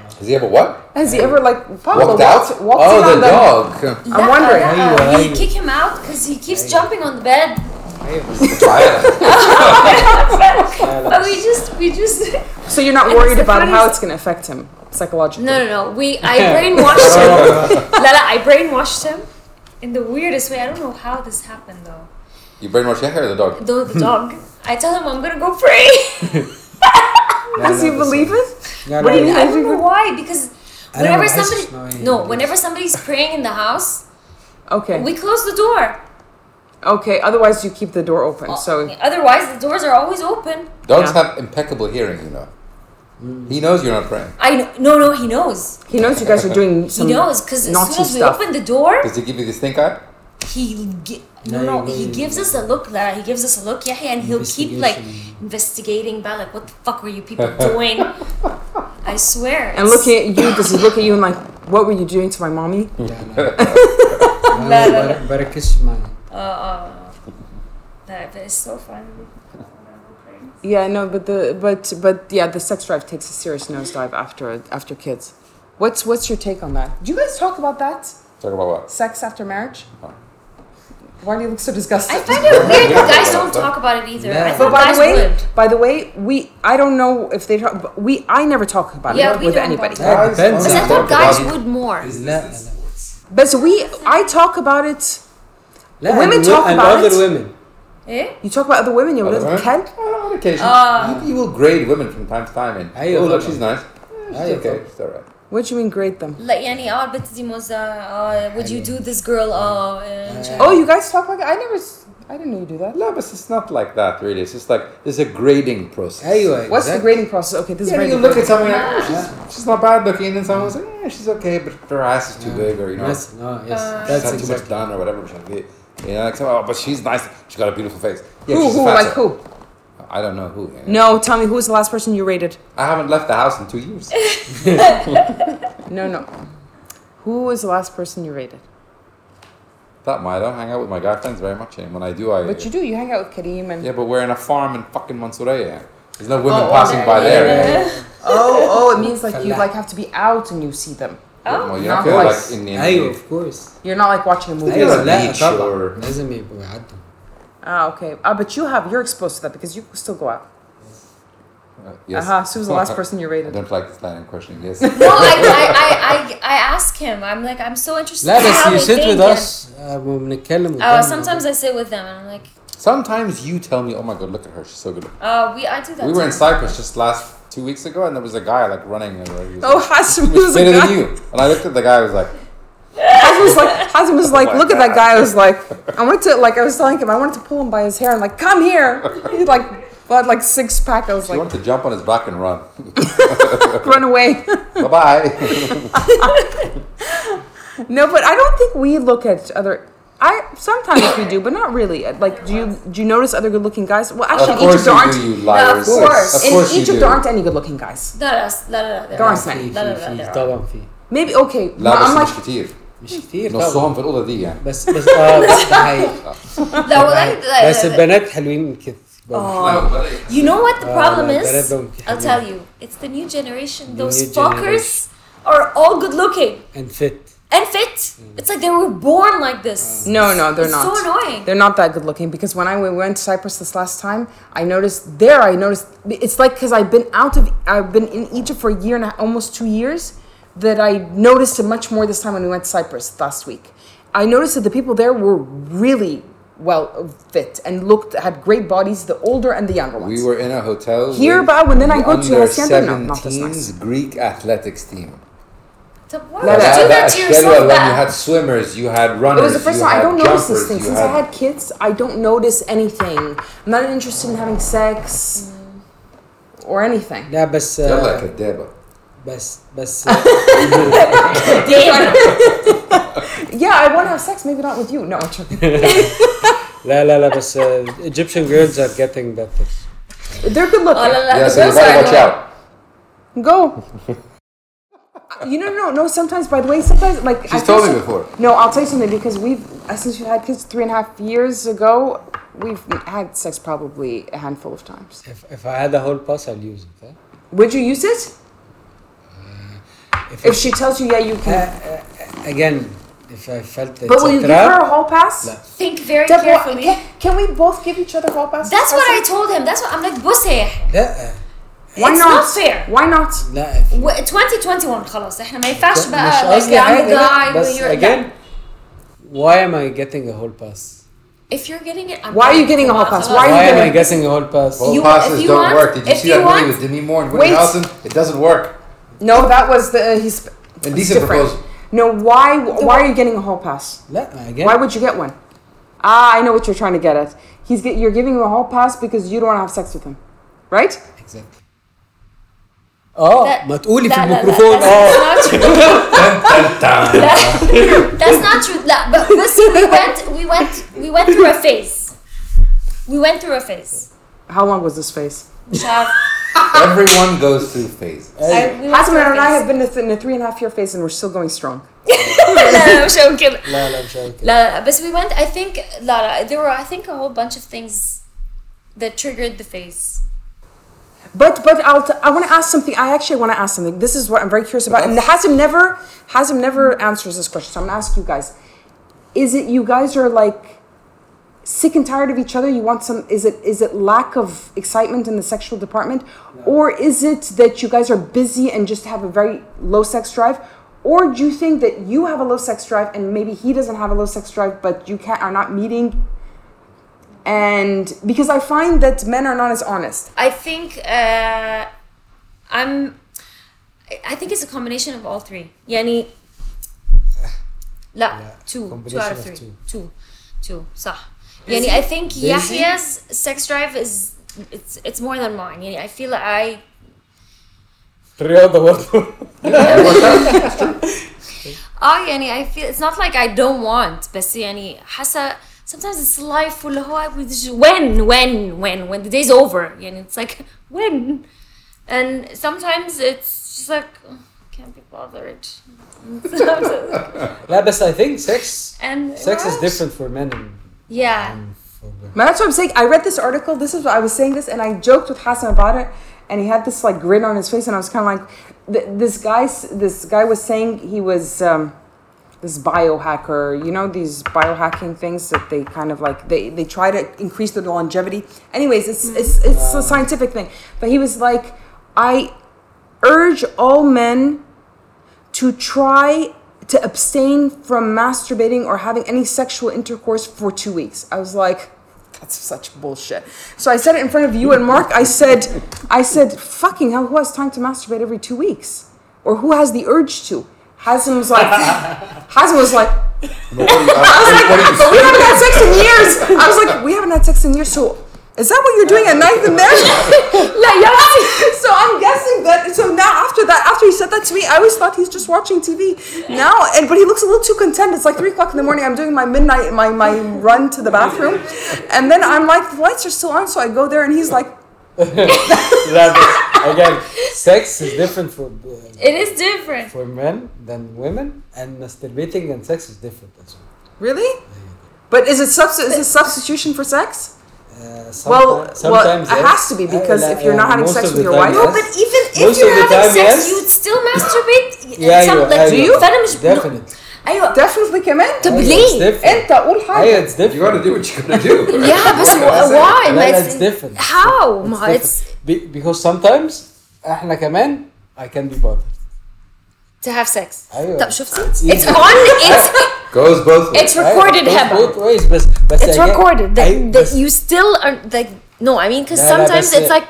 [SPEAKER 4] Ah.
[SPEAKER 3] Does he have a what?
[SPEAKER 1] has he ever like Pablo
[SPEAKER 3] walked out?
[SPEAKER 1] walked in
[SPEAKER 3] oh,
[SPEAKER 1] on
[SPEAKER 3] the
[SPEAKER 1] them?
[SPEAKER 3] dog.
[SPEAKER 2] uh,
[SPEAKER 1] I'm wondering.
[SPEAKER 2] Yeah,
[SPEAKER 4] Anyway.
[SPEAKER 2] you kick him out because he keeps jumping on the bed.
[SPEAKER 3] Violent.
[SPEAKER 1] Oh,
[SPEAKER 2] But we just, we just.
[SPEAKER 1] So you're not
[SPEAKER 2] And it's
[SPEAKER 1] worried
[SPEAKER 2] the
[SPEAKER 1] about how
[SPEAKER 2] funniest-
[SPEAKER 1] it's going to affect him psychologically?
[SPEAKER 2] No, no, no. We, I brainwashed him. Lala, I brainwashed him in the weirdest way. I don't know how this happened though.
[SPEAKER 3] you brainwash Yahya or the dog?
[SPEAKER 2] Though the dog, I tell him I'm gonna go pray.
[SPEAKER 1] Does he believe it?
[SPEAKER 4] No,
[SPEAKER 1] What
[SPEAKER 4] no,
[SPEAKER 1] do you mean?
[SPEAKER 2] I don't know why because
[SPEAKER 4] I don't
[SPEAKER 2] whenever
[SPEAKER 4] know, I just
[SPEAKER 2] somebody,
[SPEAKER 4] know
[SPEAKER 2] no,
[SPEAKER 4] he-
[SPEAKER 2] whenever somebody's praying in the house,
[SPEAKER 1] Okay.
[SPEAKER 2] we close the door.
[SPEAKER 1] okay. Otherwise, you keep the door open. So
[SPEAKER 2] Otherwise, the doors are always open.
[SPEAKER 3] Dogs
[SPEAKER 1] Yeah.
[SPEAKER 3] have impeccable hearing, you know. He knows you're not praying.
[SPEAKER 2] I kn- no, no, he knows.
[SPEAKER 1] he knows you guys are doing
[SPEAKER 2] He
[SPEAKER 1] some
[SPEAKER 2] knows because as
[SPEAKER 1] naughty
[SPEAKER 2] soon as we
[SPEAKER 1] stuff.
[SPEAKER 2] open the door,
[SPEAKER 3] Does he give you the stink eye?
[SPEAKER 2] he gi- no
[SPEAKER 4] No,
[SPEAKER 2] no
[SPEAKER 4] you
[SPEAKER 2] he
[SPEAKER 4] will-
[SPEAKER 2] gives us a look that he gives us a look yeah and he'll keep like investigating about like what the fuck were you people doing i swear
[SPEAKER 1] and looking at you, does he look at you and like, what were you doing to my mommy?
[SPEAKER 5] Hmm.
[SPEAKER 4] Yeah, no. No, no, better- better kiss my.
[SPEAKER 2] uh, uh, that, but it's so fun
[SPEAKER 1] Yeah, no, but the but but yeah, the sex drive takes a serious nosedive after after kids. What's what's your take on that? Do you guys talk about that?
[SPEAKER 3] Talk about what?
[SPEAKER 1] Sex after marriage?
[SPEAKER 3] No.
[SPEAKER 1] Why do you look so disgusted?
[SPEAKER 2] i find it weird that guys don't talk about it either i
[SPEAKER 4] Yeah.
[SPEAKER 1] But
[SPEAKER 2] thought
[SPEAKER 1] by
[SPEAKER 2] guys
[SPEAKER 1] the way,
[SPEAKER 2] would
[SPEAKER 1] by the way, we I don't know if they talk. but We I never talk about
[SPEAKER 2] Yeah,
[SPEAKER 1] it
[SPEAKER 2] we
[SPEAKER 1] with
[SPEAKER 2] don't
[SPEAKER 1] anybody.
[SPEAKER 2] talk
[SPEAKER 4] Yeah, it depends
[SPEAKER 2] because i
[SPEAKER 4] on-
[SPEAKER 3] Talk
[SPEAKER 2] thought guys
[SPEAKER 3] about
[SPEAKER 2] would more
[SPEAKER 4] لا لا.
[SPEAKER 1] But we I talk about it.
[SPEAKER 4] لا
[SPEAKER 1] Women
[SPEAKER 4] and
[SPEAKER 1] talk
[SPEAKER 4] wo- and
[SPEAKER 1] about
[SPEAKER 4] other
[SPEAKER 1] it.
[SPEAKER 4] women.
[SPEAKER 2] eh?
[SPEAKER 1] You talk about other women. You're
[SPEAKER 3] Other
[SPEAKER 1] little Uh.
[SPEAKER 3] women?
[SPEAKER 1] Ken.
[SPEAKER 3] Oh, on occasion.
[SPEAKER 2] Ah.
[SPEAKER 3] you, you will grade women from time to time and,
[SPEAKER 4] Aye,
[SPEAKER 3] oh, look,
[SPEAKER 4] Obama.
[SPEAKER 3] she's nice. Yeah,
[SPEAKER 4] Aye,
[SPEAKER 3] she's okay,
[SPEAKER 4] Obama.
[SPEAKER 3] she's alright.
[SPEAKER 1] What do you mean grade them?
[SPEAKER 2] like oh, يعني اه البنت دي موزة اه uh, oh, would you do this girl اه آه.
[SPEAKER 1] Oh, you guys talk like I never. s- I didn't know you do that.
[SPEAKER 3] No, but it's not like that, really. It's just like, there's a grading process.
[SPEAKER 4] ايوه
[SPEAKER 1] What's the
[SPEAKER 4] exactly.
[SPEAKER 1] grading process? Okay, this
[SPEAKER 3] Yeah,
[SPEAKER 1] is
[SPEAKER 3] you
[SPEAKER 1] very
[SPEAKER 3] look
[SPEAKER 1] look
[SPEAKER 3] at someone, like, oh, she's, she's not bad looking, and then someone's like, eh, she's okay, but her ass is too big, or you know,
[SPEAKER 4] Yes,
[SPEAKER 1] Uh,
[SPEAKER 4] no, yes.
[SPEAKER 3] she's
[SPEAKER 4] That's
[SPEAKER 3] had too much
[SPEAKER 4] exactly.
[SPEAKER 3] done, or whatever. She's like, yeah. you know, like, so, oh, but she's nice. She's got a beautiful face. Yeah,
[SPEAKER 1] Who
[SPEAKER 3] she's a
[SPEAKER 1] who like
[SPEAKER 3] fatso.
[SPEAKER 1] who?
[SPEAKER 3] I don't know who. yeah.
[SPEAKER 1] No, tell me who was the last person you rated?
[SPEAKER 3] I haven't left the house in two years.
[SPEAKER 1] No, no. Who was the last person you rated?
[SPEAKER 3] that might. I don't hang out with my guy friends very much, and when I do, I.
[SPEAKER 1] But you do. You hang out with Kareem and
[SPEAKER 3] yeah, but we're in a farm in fucking Mansouraya. There's no women
[SPEAKER 1] Oh,
[SPEAKER 3] passing
[SPEAKER 1] okay.
[SPEAKER 3] by there. eh?
[SPEAKER 1] oh oh, it means like you
[SPEAKER 4] Falah.
[SPEAKER 1] like have to be out and you see them.
[SPEAKER 2] Oh.
[SPEAKER 3] Well, you
[SPEAKER 1] Not
[SPEAKER 3] don't feel
[SPEAKER 1] twice.
[SPEAKER 3] like Indian.
[SPEAKER 5] ايوه اوف كورس
[SPEAKER 1] You're not like watching a movie.
[SPEAKER 3] Feel
[SPEAKER 5] ايوه
[SPEAKER 3] a
[SPEAKER 5] لا
[SPEAKER 3] beach
[SPEAKER 5] طبعا
[SPEAKER 3] or-
[SPEAKER 5] لازم يبقوا يعدوا
[SPEAKER 1] Ah, okay. Ah, but you have you're exposed to that because you still go out.
[SPEAKER 3] Uh,
[SPEAKER 1] Aha,
[SPEAKER 3] yes.
[SPEAKER 1] Sue oh. Uh-huh, was the last person you
[SPEAKER 3] I
[SPEAKER 1] rated.
[SPEAKER 3] don't like this line I'm questioning. Yes.
[SPEAKER 2] No, I, I, I, I, I ask him. I'm like, I'm so interested.
[SPEAKER 5] لا
[SPEAKER 2] in
[SPEAKER 5] بس
[SPEAKER 2] how
[SPEAKER 5] يو
[SPEAKER 2] they
[SPEAKER 5] سيت
[SPEAKER 2] think
[SPEAKER 5] وذ اس
[SPEAKER 4] Uh,
[SPEAKER 5] وبنتكلم
[SPEAKER 2] and- Oh,
[SPEAKER 5] قدام
[SPEAKER 2] sometimes I sit with them and I'm like,
[SPEAKER 3] Sometimes you tell me, oh my god, look at her, she's so good. looking."
[SPEAKER 2] oh, we, I do that.
[SPEAKER 3] We were in
[SPEAKER 2] too.
[SPEAKER 3] Cyprus just last two weeks ago, and there was a guy like running. And he was,
[SPEAKER 1] Oh, Hasm
[SPEAKER 3] he was
[SPEAKER 1] was a
[SPEAKER 3] better
[SPEAKER 1] guy.
[SPEAKER 3] than you. And I looked at the guy. I was like,
[SPEAKER 1] Hasm was like, Hasm was like,
[SPEAKER 3] Oh my
[SPEAKER 1] look at that
[SPEAKER 3] God.
[SPEAKER 1] guy. I was like, I wanted to, like, I was telling him, I wanted to pull him by his hair and like, come here. He like, but like six pack. I was
[SPEAKER 3] you
[SPEAKER 1] like,
[SPEAKER 3] want to jump on his back and run?
[SPEAKER 1] run away.
[SPEAKER 3] bye bye.
[SPEAKER 1] no, but I don't think we look at other. I sometimes we do, but not really. Like, do you do you notice other good-looking guys? Well,
[SPEAKER 3] of
[SPEAKER 1] actually, in
[SPEAKER 3] course
[SPEAKER 1] Egypt there
[SPEAKER 3] you
[SPEAKER 1] aren't.
[SPEAKER 3] do, you liars.
[SPEAKER 2] Of course.
[SPEAKER 3] Of
[SPEAKER 1] in
[SPEAKER 3] course you
[SPEAKER 1] Egypt
[SPEAKER 3] do.
[SPEAKER 1] there aren't any good-looking guys.
[SPEAKER 2] لا لا لا لا
[SPEAKER 1] There
[SPEAKER 2] لا
[SPEAKER 1] aren't
[SPEAKER 5] في
[SPEAKER 1] many.
[SPEAKER 2] لا لا
[SPEAKER 5] في
[SPEAKER 2] لا
[SPEAKER 5] في
[SPEAKER 2] لا.
[SPEAKER 5] طبعا في
[SPEAKER 1] Maybe okay.
[SPEAKER 3] لا
[SPEAKER 1] I'm
[SPEAKER 3] بس
[SPEAKER 1] like,
[SPEAKER 3] مش كتير.
[SPEAKER 5] مش كتير طبعا
[SPEAKER 3] نصهم في الأوضة دي يعني.
[SPEAKER 5] بس بس اه بس ده حقيقي.
[SPEAKER 2] لا والله لا-
[SPEAKER 5] بس
[SPEAKER 2] لا- لا.
[SPEAKER 5] البنات حلوين كده برضه.
[SPEAKER 2] آه.
[SPEAKER 3] Oh.
[SPEAKER 2] You know what the
[SPEAKER 5] Uh,
[SPEAKER 2] problem
[SPEAKER 5] like,
[SPEAKER 2] is?
[SPEAKER 5] that don't be
[SPEAKER 2] I'll
[SPEAKER 5] happy.
[SPEAKER 2] tell you. It's the new generation.
[SPEAKER 5] The
[SPEAKER 2] Those
[SPEAKER 5] new
[SPEAKER 2] fuckers are all good looking
[SPEAKER 5] and fit
[SPEAKER 2] and fit.
[SPEAKER 5] Mm.
[SPEAKER 2] It's like they were born like this.
[SPEAKER 1] No, no, they're
[SPEAKER 2] It's
[SPEAKER 1] not.
[SPEAKER 2] so annoying.
[SPEAKER 1] They're not that good looking because when I we went to Cyprus this last time, I noticed there. I noticed it's like because I've been out of, I've been in Egypt for a year and a, almost two years, that I noticed it much more this time when we went to Cyprus last week. I noticed that the people there were really well fit and looked had great bodies, the older and the younger ones.
[SPEAKER 3] We were in a hotel.
[SPEAKER 1] Here,
[SPEAKER 3] with
[SPEAKER 1] but when then I
[SPEAKER 3] the
[SPEAKER 1] go to
[SPEAKER 3] under
[SPEAKER 1] Hacienda, no, not as
[SPEAKER 3] 17s Greek athletics team.
[SPEAKER 2] So why
[SPEAKER 1] لا
[SPEAKER 2] would
[SPEAKER 1] لا.
[SPEAKER 2] you do that
[SPEAKER 3] That-
[SPEAKER 2] to
[SPEAKER 3] that-
[SPEAKER 2] yourself?
[SPEAKER 3] when you
[SPEAKER 2] That
[SPEAKER 3] had swimmers, you had runners.
[SPEAKER 1] It was the first
[SPEAKER 3] you
[SPEAKER 1] time. I
[SPEAKER 3] had
[SPEAKER 1] don't notice this
[SPEAKER 3] jumpers,
[SPEAKER 1] thing.
[SPEAKER 3] you
[SPEAKER 1] Since I had kids, I don't notice anything. I'm not interested in having sex
[SPEAKER 2] Mm.
[SPEAKER 1] or anything.
[SPEAKER 5] لا بس
[SPEAKER 3] You're
[SPEAKER 5] آه،
[SPEAKER 3] like a devil.
[SPEAKER 5] بس بس
[SPEAKER 1] Yeah, I want to have sex, maybe not with you. No, I'm joking.
[SPEAKER 5] لا لا لا بس آه، Egyptian girls are getting better
[SPEAKER 1] They're good
[SPEAKER 2] Oh, la,
[SPEAKER 1] looking.
[SPEAKER 2] la,
[SPEAKER 3] Yeah,
[SPEAKER 2] the
[SPEAKER 3] so you
[SPEAKER 2] girls
[SPEAKER 3] better
[SPEAKER 2] are
[SPEAKER 3] watch
[SPEAKER 2] annoying.
[SPEAKER 3] out.
[SPEAKER 1] Go. You know, no, no. Sometimes, by the way, sometimes like
[SPEAKER 3] She's
[SPEAKER 1] I
[SPEAKER 3] told
[SPEAKER 1] feel
[SPEAKER 3] me
[SPEAKER 1] so-
[SPEAKER 3] before.
[SPEAKER 1] No, I'll tell you something because we've uh, since we had kids three and a half years ago, we've had sex probably a handful of times.
[SPEAKER 5] if, if I had a whole pass I'll use it huh?
[SPEAKER 1] Would you use it? If she tells you, yeah, you
[SPEAKER 5] Uh,
[SPEAKER 1] can.
[SPEAKER 5] uh, again if I felt it's
[SPEAKER 1] But will
[SPEAKER 5] a
[SPEAKER 1] you give her
[SPEAKER 5] trap
[SPEAKER 1] a hall pass?
[SPEAKER 5] No.
[SPEAKER 2] Think very
[SPEAKER 1] Deb, what-
[SPEAKER 2] carefully.
[SPEAKER 1] can, can we both give each other hall passes?
[SPEAKER 2] That's what I told him. That's what I'm like. بصي
[SPEAKER 5] لا
[SPEAKER 1] Why
[SPEAKER 2] It's
[SPEAKER 1] not?
[SPEAKER 2] not fair.
[SPEAKER 1] Why not?
[SPEAKER 5] لا if-
[SPEAKER 2] و- 2021 خلاص احنا ما ينفعش
[SPEAKER 5] مش
[SPEAKER 2] بقى like
[SPEAKER 5] قصدي
[SPEAKER 2] young
[SPEAKER 5] حاجة
[SPEAKER 2] guy
[SPEAKER 5] لا،
[SPEAKER 2] when
[SPEAKER 5] بس
[SPEAKER 2] you're
[SPEAKER 5] again why am I getting a whole pass
[SPEAKER 2] if you're getting it I'm
[SPEAKER 1] Why are you
[SPEAKER 2] not-
[SPEAKER 1] getting a hall pass? Why
[SPEAKER 5] why
[SPEAKER 1] are you
[SPEAKER 5] am I
[SPEAKER 1] getting-
[SPEAKER 5] getting a whole pass
[SPEAKER 3] Whole
[SPEAKER 2] You- if
[SPEAKER 3] passes
[SPEAKER 2] you
[SPEAKER 3] don't
[SPEAKER 2] want-
[SPEAKER 3] work. Did you
[SPEAKER 2] if
[SPEAKER 3] see
[SPEAKER 2] you
[SPEAKER 3] that
[SPEAKER 2] want-
[SPEAKER 3] movie with Demi Moore and
[SPEAKER 1] Wait.
[SPEAKER 3] Woody Harrelson? It doesn't work.
[SPEAKER 1] No, that was the uh, he's.
[SPEAKER 3] Indecent
[SPEAKER 1] it's different.
[SPEAKER 3] proposal.
[SPEAKER 1] No, why? Why are you getting a hall pass?
[SPEAKER 5] لا
[SPEAKER 1] Why
[SPEAKER 5] again
[SPEAKER 1] would you get one? Ah, I know what you're trying to get at. He's get, you're giving him a hall pass because you don't want to have sex with him, right?
[SPEAKER 5] exactly اه
[SPEAKER 2] That-
[SPEAKER 5] Oh, ما تقولي في
[SPEAKER 2] لا، لا، لا.
[SPEAKER 5] الميكروفون اه
[SPEAKER 2] That's not true. That- That's not true. لا but listen, we went we went we went through a phase. We went through a phase.
[SPEAKER 1] How long was this phase?
[SPEAKER 2] مش عارف.
[SPEAKER 3] Everyone goes through phases.
[SPEAKER 2] I- we went
[SPEAKER 1] Hasman
[SPEAKER 2] through a
[SPEAKER 1] and I
[SPEAKER 2] phase.
[SPEAKER 1] have been in a three and a half year phase, and we're still going strong.
[SPEAKER 2] لا لا مش هقول كده.
[SPEAKER 5] لا لا مش عارف كده
[SPEAKER 2] لا لا بس we went I think لا لا there were I think a whole bunch of things that triggered the phase.
[SPEAKER 1] But but I'll t- I want to ask something. I actually want to ask something. This is what I'm very curious about. And Hazim never Hazim never answers this question. So I'm going to ask you guys. Is it you guys are like sick and tired of each other? You want some is it is it lack of excitement in the sexual department or is it that you guys are busy and just have a very low sex drive? Or do you think that you have a low sex drive and maybe he doesn't have a low sex drive but you can't are not meeting and because I find that men are not as honest.
[SPEAKER 2] I think uh, I'm. I- I think it's a combination of all three. Yani. لا two two
[SPEAKER 5] combination
[SPEAKER 2] out of
[SPEAKER 5] of
[SPEAKER 2] three
[SPEAKER 5] two.
[SPEAKER 2] two two صح يعني I think Yahya's sex drive is it's it's more than mine يعني I feel like I
[SPEAKER 5] الرياضة برضه
[SPEAKER 2] اه يعني Oh, I feel it's not like I don't want بس يعني حاسة sometimes it's life oh, واللي هو when when when when the day's over يعني it's like when and sometimes it's just like oh, can't be bothered
[SPEAKER 5] لا بس I think sex
[SPEAKER 2] and
[SPEAKER 5] sex is
[SPEAKER 2] what?
[SPEAKER 5] different for men and
[SPEAKER 2] yeah
[SPEAKER 5] for women
[SPEAKER 1] But that's what I'm saying. I read this article. This is what I was saying this, and I joked with Hassan about it, and he had this like grin on his face, and I was kind of like, th- this guy s- this guy was saying he was um, this biohacker you know these biohacking things that they kind of like they, they try to increase the longevity anyways it's it's, it's a scientific thing but he was like i urge all men to try to abstain from masturbating or having any sexual intercourse for two weeks i was like that's such bullshit. So I said it in front of you and Mark. I said, I said, fucking hell, who has time to masturbate every two weeks? Or who has the urge to? Hazem was like, Hazem was like,
[SPEAKER 3] But what do you- what do you-
[SPEAKER 1] but we haven't had sex in years. I was like, we haven't had sex in years, so is that what you're doing at night in there? like, yeah. So I'm guessing that. So now after that, after he said that to me, I always thought he's just watching TV. Now, and but he looks a little too content. It's like three o'clock in the morning. I'm doing my midnight, my my run to the bathroom, and then I'm like, the lights are still on, so I go there, and he's like,
[SPEAKER 5] That is- again, sex is different for uh,
[SPEAKER 2] It is different.
[SPEAKER 5] for men than women, and masturbating and sex is different as well.
[SPEAKER 1] really? But is it subs- is it substitution for sex?
[SPEAKER 5] Uh, someti-
[SPEAKER 1] Well, well, it
[SPEAKER 5] sometimes yes.
[SPEAKER 1] has to be because
[SPEAKER 5] Uh,
[SPEAKER 1] if you're not
[SPEAKER 5] uh,
[SPEAKER 1] having
[SPEAKER 5] most
[SPEAKER 1] sex
[SPEAKER 5] of
[SPEAKER 1] with
[SPEAKER 5] the
[SPEAKER 1] your
[SPEAKER 5] time,
[SPEAKER 1] wife,
[SPEAKER 2] No,
[SPEAKER 5] yes.
[SPEAKER 2] Oh, but even if
[SPEAKER 5] Most of
[SPEAKER 2] you're
[SPEAKER 5] the
[SPEAKER 2] having
[SPEAKER 5] time,
[SPEAKER 2] sex,
[SPEAKER 5] yes.
[SPEAKER 2] you'd still masturbate.
[SPEAKER 5] Yeah,
[SPEAKER 2] Some-
[SPEAKER 5] أيوة،
[SPEAKER 2] like,
[SPEAKER 5] أيوة.
[SPEAKER 2] فأنا مش
[SPEAKER 5] Definitely.
[SPEAKER 2] أيوة.
[SPEAKER 1] definitely كمان.
[SPEAKER 2] طب
[SPEAKER 5] أيوة, it's
[SPEAKER 2] ليه؟
[SPEAKER 5] different.
[SPEAKER 1] انت قول حاجه
[SPEAKER 5] أيوة, it's
[SPEAKER 3] You gotta
[SPEAKER 5] different.
[SPEAKER 3] do what you gotta do. right?
[SPEAKER 2] Yeah, but
[SPEAKER 3] That's it.
[SPEAKER 2] why?
[SPEAKER 5] لا,
[SPEAKER 2] ما
[SPEAKER 5] لا,
[SPEAKER 2] it's-
[SPEAKER 5] it's different.
[SPEAKER 2] How?
[SPEAKER 5] It's
[SPEAKER 2] ما it's
[SPEAKER 5] different. Be- because sometimes احنا كمان I can be bothered.
[SPEAKER 2] to have sex.
[SPEAKER 5] أيوة.
[SPEAKER 2] طب شفتي؟
[SPEAKER 5] It's
[SPEAKER 2] It's on it's
[SPEAKER 3] Goes both ways.
[SPEAKER 2] it's recorded
[SPEAKER 5] أيوة,
[SPEAKER 2] هبة.
[SPEAKER 5] goes both ways بس بس
[SPEAKER 2] It's
[SPEAKER 5] again-
[SPEAKER 2] recorded. That,
[SPEAKER 5] أي-
[SPEAKER 2] that
[SPEAKER 5] بس-
[SPEAKER 2] you still are like no. I mean, because
[SPEAKER 5] لا, لا,
[SPEAKER 2] sometimes
[SPEAKER 5] بس-
[SPEAKER 2] it's like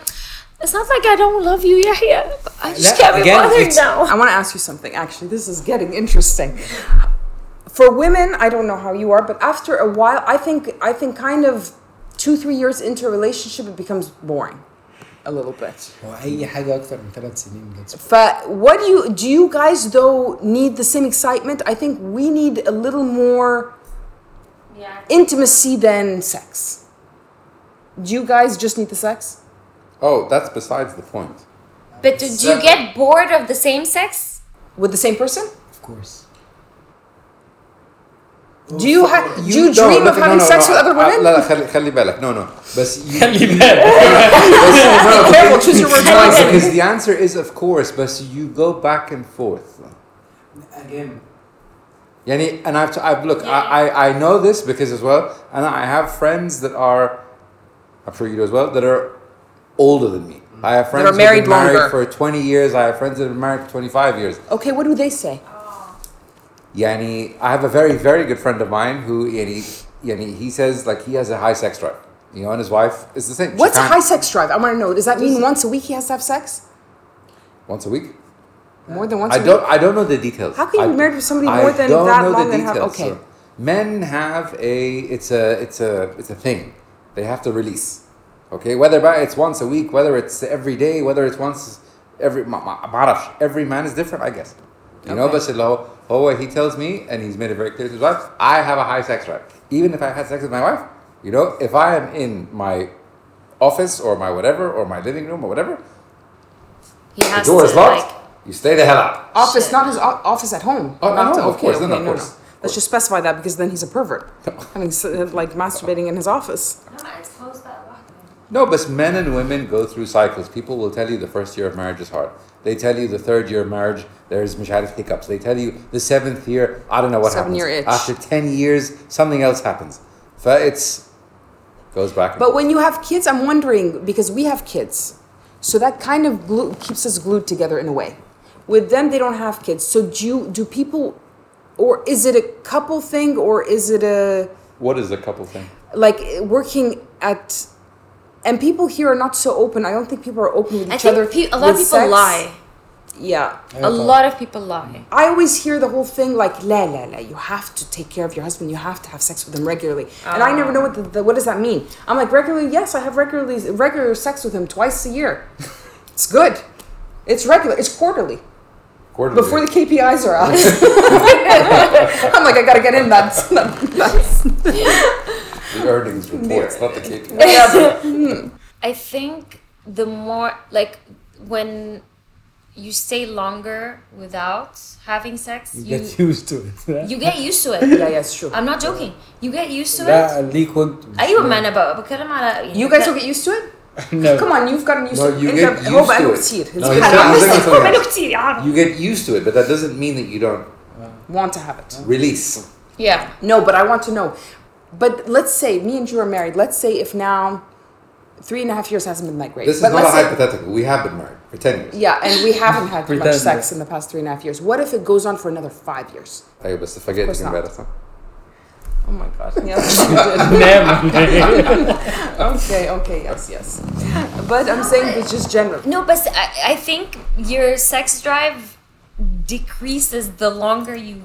[SPEAKER 2] it's not like I don't love you, Yahya. I just
[SPEAKER 5] لا,
[SPEAKER 2] can't be
[SPEAKER 5] again,
[SPEAKER 2] bothered
[SPEAKER 5] it's-
[SPEAKER 2] now.
[SPEAKER 1] I want to ask you something. Actually, this is getting interesting. For women, I don't know how you are, but after a while, I think I think kind of two three years into a relationship, it becomes boring, a little bit.
[SPEAKER 5] هو اي حاجه اكتر من ثلاث سنين that's
[SPEAKER 1] But what do you do? You guys though need the same excitement. I think we need a little more
[SPEAKER 2] Yeah.
[SPEAKER 1] intimacy than sex. Do you guys just need the sex?
[SPEAKER 3] Oh, that's besides the point.
[SPEAKER 2] But do, do you get bored of the same sex?
[SPEAKER 1] With the same person?
[SPEAKER 3] Oh,
[SPEAKER 5] of course.
[SPEAKER 1] Do you have? Do you
[SPEAKER 3] No,
[SPEAKER 1] dream
[SPEAKER 3] no,
[SPEAKER 1] of
[SPEAKER 3] no,
[SPEAKER 1] having
[SPEAKER 3] no,
[SPEAKER 1] sex
[SPEAKER 3] no, Uh,
[SPEAKER 1] with other
[SPEAKER 3] I-
[SPEAKER 1] women?
[SPEAKER 3] لا لا خلي خلي بالك. No, no. بس you
[SPEAKER 5] خلي بالك
[SPEAKER 1] Be careful, choose your words
[SPEAKER 3] No,
[SPEAKER 1] wisely.
[SPEAKER 3] because the answer is of course, but you go back and forth.
[SPEAKER 5] again
[SPEAKER 3] Yani, and I've, I've look, I, I, I know this because as well, and I have friends that are, I'm sure you do as well, that are older than me. I have friends
[SPEAKER 1] are
[SPEAKER 3] that have
[SPEAKER 1] married
[SPEAKER 3] been married
[SPEAKER 1] longer.
[SPEAKER 3] for 20 years. I have friends that have been married for 25 years.
[SPEAKER 1] Okay, what do they say?
[SPEAKER 3] Yani, I have a very, very good friend of mine who, yani, yani, he says like he has a high sex drive, you know, and his wife is the same. She
[SPEAKER 1] What's a
[SPEAKER 3] can't-
[SPEAKER 1] high sex drive? I want to know. Does that mean once a week he has to have sex?
[SPEAKER 3] Once a week?
[SPEAKER 1] More than once
[SPEAKER 3] I
[SPEAKER 1] a
[SPEAKER 3] don't.
[SPEAKER 1] week?
[SPEAKER 3] I don't know the details.
[SPEAKER 1] How can you
[SPEAKER 3] I-
[SPEAKER 1] be married with somebody
[SPEAKER 3] I
[SPEAKER 1] more than
[SPEAKER 3] don't
[SPEAKER 1] that
[SPEAKER 3] know the
[SPEAKER 1] long and have-
[SPEAKER 3] details,
[SPEAKER 1] okay.
[SPEAKER 3] so men have a. It's a. It's a. It's a thing. They have to release. Okay, whether by it's once a week, whether it's every day, whether it's once every. ما- ما- ما بعرفش. Every man is different, I guess. You know, but هو هو he tells me, and he's made it very clear to his wife. I have a high sex drive. Even if I had sex with my wife, you know, if I am in my office or my whatever or my living room or whatever,
[SPEAKER 2] He
[SPEAKER 3] the
[SPEAKER 2] has
[SPEAKER 3] door is
[SPEAKER 2] to like.
[SPEAKER 3] locked. You stay the hell out.
[SPEAKER 1] Office, not his o- office at home.
[SPEAKER 3] Oh, at
[SPEAKER 1] Not-
[SPEAKER 3] home, of course, then of course.
[SPEAKER 1] Let's just specify that because then he's a pervert. Having s- uh, like masturbating in his office.
[SPEAKER 3] No, but men and women go through cycles. People will tell you the first year of marriage is hard. They tell you the third year of marriage there's mishadif hiccups. They tell you the seventh year, I don't know what
[SPEAKER 1] Seven
[SPEAKER 3] happens.
[SPEAKER 1] year itch.
[SPEAKER 3] After ten years, something else happens. So it's goes back. and-
[SPEAKER 1] But when you have kids, I'm wondering because we have kids, so that kind of glue, keeps us glued together in a way. With them, they don't have kids, so do you, do people, or is it a couple thing, or is it a
[SPEAKER 3] what is the couple thing?
[SPEAKER 1] like working at and people here are not so open i don't think people are open with
[SPEAKER 2] I
[SPEAKER 1] each
[SPEAKER 2] think
[SPEAKER 1] other
[SPEAKER 2] pe- a lot of
[SPEAKER 1] with
[SPEAKER 2] people
[SPEAKER 1] sex.
[SPEAKER 2] lie.
[SPEAKER 1] yeah
[SPEAKER 2] A lot of people lie.
[SPEAKER 1] i always hear the whole thing like la la la you have to take care of your husband you have to have sex with him regularly and i never know what the, the, what does that mean i'm like regularly yes i have regularly regular sex with him twice a year it's good it's regular it's quarterly
[SPEAKER 3] Quarterly.
[SPEAKER 1] before the KPIs are out. I'm like, I gotta get in that. that, that.
[SPEAKER 3] the earnings reports, not the KPI.
[SPEAKER 2] I think the more like when you stay longer without having sex,
[SPEAKER 5] you
[SPEAKER 2] you
[SPEAKER 5] get used to it.
[SPEAKER 2] you get used to it.
[SPEAKER 1] Yeah, yeah, it's true.
[SPEAKER 2] I'm not joking. You get used to it.
[SPEAKER 5] لا ليه كنت
[SPEAKER 2] ايوه ما انا ب- بتكلم على يعني
[SPEAKER 1] You guys
[SPEAKER 2] بتكلم-
[SPEAKER 1] will get used to it.
[SPEAKER 5] no
[SPEAKER 1] Come on, you've gotten used
[SPEAKER 3] No,
[SPEAKER 1] to
[SPEAKER 3] you
[SPEAKER 1] it.
[SPEAKER 3] get
[SPEAKER 1] أنت-
[SPEAKER 3] used
[SPEAKER 1] هو
[SPEAKER 3] to
[SPEAKER 1] بقاله
[SPEAKER 3] it.
[SPEAKER 1] كتير.
[SPEAKER 3] No,
[SPEAKER 1] It's
[SPEAKER 3] it's
[SPEAKER 1] had-
[SPEAKER 3] not- it's
[SPEAKER 1] honestly,
[SPEAKER 3] not-
[SPEAKER 1] هو بقاله كتير يعني.
[SPEAKER 3] You get used to it, but that doesn't mean that you don't
[SPEAKER 1] Want to have it.
[SPEAKER 3] release.
[SPEAKER 1] Yeah. No, but I want to know. But let's say me and you are married. Let's say if now three and a half years hasn't been that great.
[SPEAKER 3] This is
[SPEAKER 1] but
[SPEAKER 3] not a
[SPEAKER 1] let's say-
[SPEAKER 3] hypothetical. We have been married for 10 years.
[SPEAKER 1] Yeah, and we haven't had much
[SPEAKER 5] Pretend.
[SPEAKER 1] sex in the past three and a half years. What if it goes on for another five years?
[SPEAKER 3] أيوة بس فاجئت
[SPEAKER 1] course not.
[SPEAKER 3] امبارح صح؟
[SPEAKER 1] Oh my god. Yes.
[SPEAKER 5] نعم
[SPEAKER 1] okay, okay, yes, yes. But I'm saying it's just general.
[SPEAKER 2] No, but I, I think your sex drive decreases the longer you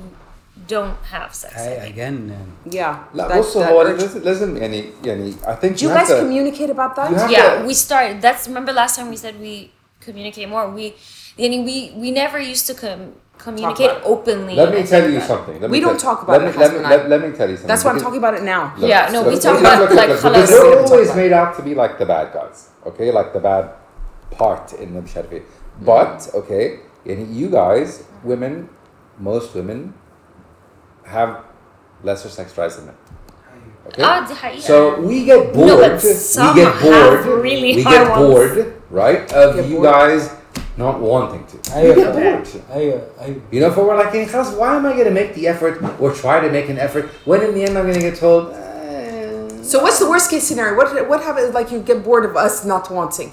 [SPEAKER 2] don't have sex.
[SPEAKER 5] I- again um,
[SPEAKER 1] Yeah.
[SPEAKER 3] لا
[SPEAKER 1] that-
[SPEAKER 3] بص
[SPEAKER 1] that
[SPEAKER 3] هو
[SPEAKER 1] urge.
[SPEAKER 3] لازم لازم يعني يعني I think
[SPEAKER 1] Do you
[SPEAKER 3] you have
[SPEAKER 1] guys
[SPEAKER 3] to
[SPEAKER 1] communicate about that?
[SPEAKER 3] you have
[SPEAKER 2] yeah,
[SPEAKER 3] to-
[SPEAKER 2] we started. That's remember last time we said we communicate more. We, I mean, we we never used to com- communicate
[SPEAKER 1] about it.
[SPEAKER 2] openly.
[SPEAKER 3] Let me
[SPEAKER 2] and I
[SPEAKER 3] tell
[SPEAKER 2] think
[SPEAKER 3] you
[SPEAKER 2] that-
[SPEAKER 3] something. Let
[SPEAKER 1] We
[SPEAKER 3] me
[SPEAKER 1] don't
[SPEAKER 3] tell-
[SPEAKER 1] talk about
[SPEAKER 3] let
[SPEAKER 1] it,
[SPEAKER 3] me, let, me,
[SPEAKER 1] husband and I.
[SPEAKER 3] let, let me tell you something.
[SPEAKER 1] That's why I'm
[SPEAKER 3] because-
[SPEAKER 1] talking about it now.
[SPEAKER 3] Look,
[SPEAKER 2] Yeah, no,
[SPEAKER 3] look,
[SPEAKER 2] we
[SPEAKER 3] look,
[SPEAKER 2] talk
[SPEAKER 3] look,
[SPEAKER 2] about,
[SPEAKER 3] look, look,
[SPEAKER 2] like,
[SPEAKER 3] look,
[SPEAKER 2] خلاص.
[SPEAKER 3] because
[SPEAKER 1] We
[SPEAKER 3] They're
[SPEAKER 1] don't talk
[SPEAKER 3] always
[SPEAKER 1] about
[SPEAKER 3] made out to be like the bad guys, okay? Like the bad part in the مش عارف إيه. But, okay, and you guys, women, most women have lesser sex drives than men. Okay?
[SPEAKER 2] Ah, the high-
[SPEAKER 3] So we get bored.
[SPEAKER 2] No, but
[SPEAKER 3] we
[SPEAKER 2] some
[SPEAKER 3] get bored.
[SPEAKER 2] have really
[SPEAKER 3] we
[SPEAKER 2] high
[SPEAKER 3] get
[SPEAKER 2] ones.
[SPEAKER 3] bored, right? Of
[SPEAKER 1] Get
[SPEAKER 3] you
[SPEAKER 1] bored.
[SPEAKER 3] guys not wanting to.
[SPEAKER 5] أيوة.
[SPEAKER 3] We get bored.
[SPEAKER 5] ايوه ايوه
[SPEAKER 3] You know, for we're like, "Khalas, why am I going to make the effort or try to make an effort when in the end I'm going to get told, "Eh,
[SPEAKER 1] So what's the worst case scenario? What what happens like you get bored of us not wanting?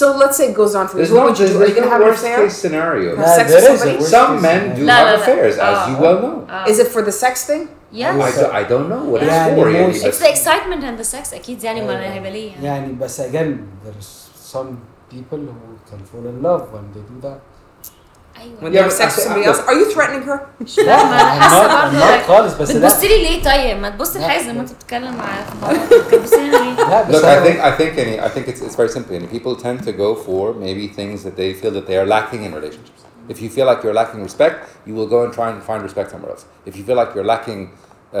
[SPEAKER 1] So let's say it goes on for
[SPEAKER 3] There's
[SPEAKER 1] years. What
[SPEAKER 3] no,
[SPEAKER 1] would you
[SPEAKER 3] there's,
[SPEAKER 1] do? Are you
[SPEAKER 3] there's
[SPEAKER 1] gonna
[SPEAKER 3] no
[SPEAKER 1] have an
[SPEAKER 3] worst
[SPEAKER 1] affair?
[SPEAKER 3] case scenario.
[SPEAKER 1] Have sex with
[SPEAKER 5] there is a
[SPEAKER 1] somebody?
[SPEAKER 5] worst
[SPEAKER 3] Some
[SPEAKER 5] case
[SPEAKER 3] men
[SPEAKER 5] scenario.
[SPEAKER 3] do
[SPEAKER 2] No,
[SPEAKER 3] have
[SPEAKER 2] no, no.
[SPEAKER 3] affairs, as
[SPEAKER 2] Oh.
[SPEAKER 3] you well know.
[SPEAKER 1] Is it for the sex thing?
[SPEAKER 3] I,
[SPEAKER 1] Uh,
[SPEAKER 2] Yes.
[SPEAKER 3] do, I don't know what
[SPEAKER 5] Yeah,
[SPEAKER 3] it's for,
[SPEAKER 5] yeah,
[SPEAKER 3] really,
[SPEAKER 5] most-
[SPEAKER 3] but-
[SPEAKER 2] It's the excitement and the sex. أكيد يعني ما الهبلية.
[SPEAKER 5] يعني بس again there's some people who can fall in love when they do that
[SPEAKER 1] When
[SPEAKER 2] أيوة.
[SPEAKER 1] you
[SPEAKER 3] Yeah,
[SPEAKER 1] have
[SPEAKER 3] but
[SPEAKER 1] sex with
[SPEAKER 3] I-
[SPEAKER 1] somebody
[SPEAKER 3] I-
[SPEAKER 1] else? Are you threatening her?
[SPEAKER 5] لا I'm not- I'm not خالص بس لا
[SPEAKER 2] بتبص لي ليه طيب؟ ما تبص لحاجة زي ما أنت بتتكلم على في الموضوع. بتبص لي ليه؟
[SPEAKER 5] لا بس
[SPEAKER 3] Look, I
[SPEAKER 5] أنا-
[SPEAKER 3] think I think any, I think it's, it's very simple. And people tend to go for maybe things that they feel that they are lacking in relationships. If you feel like you're lacking respect, you will go and try and find respect somewhere else. If you feel like you're lacking uh,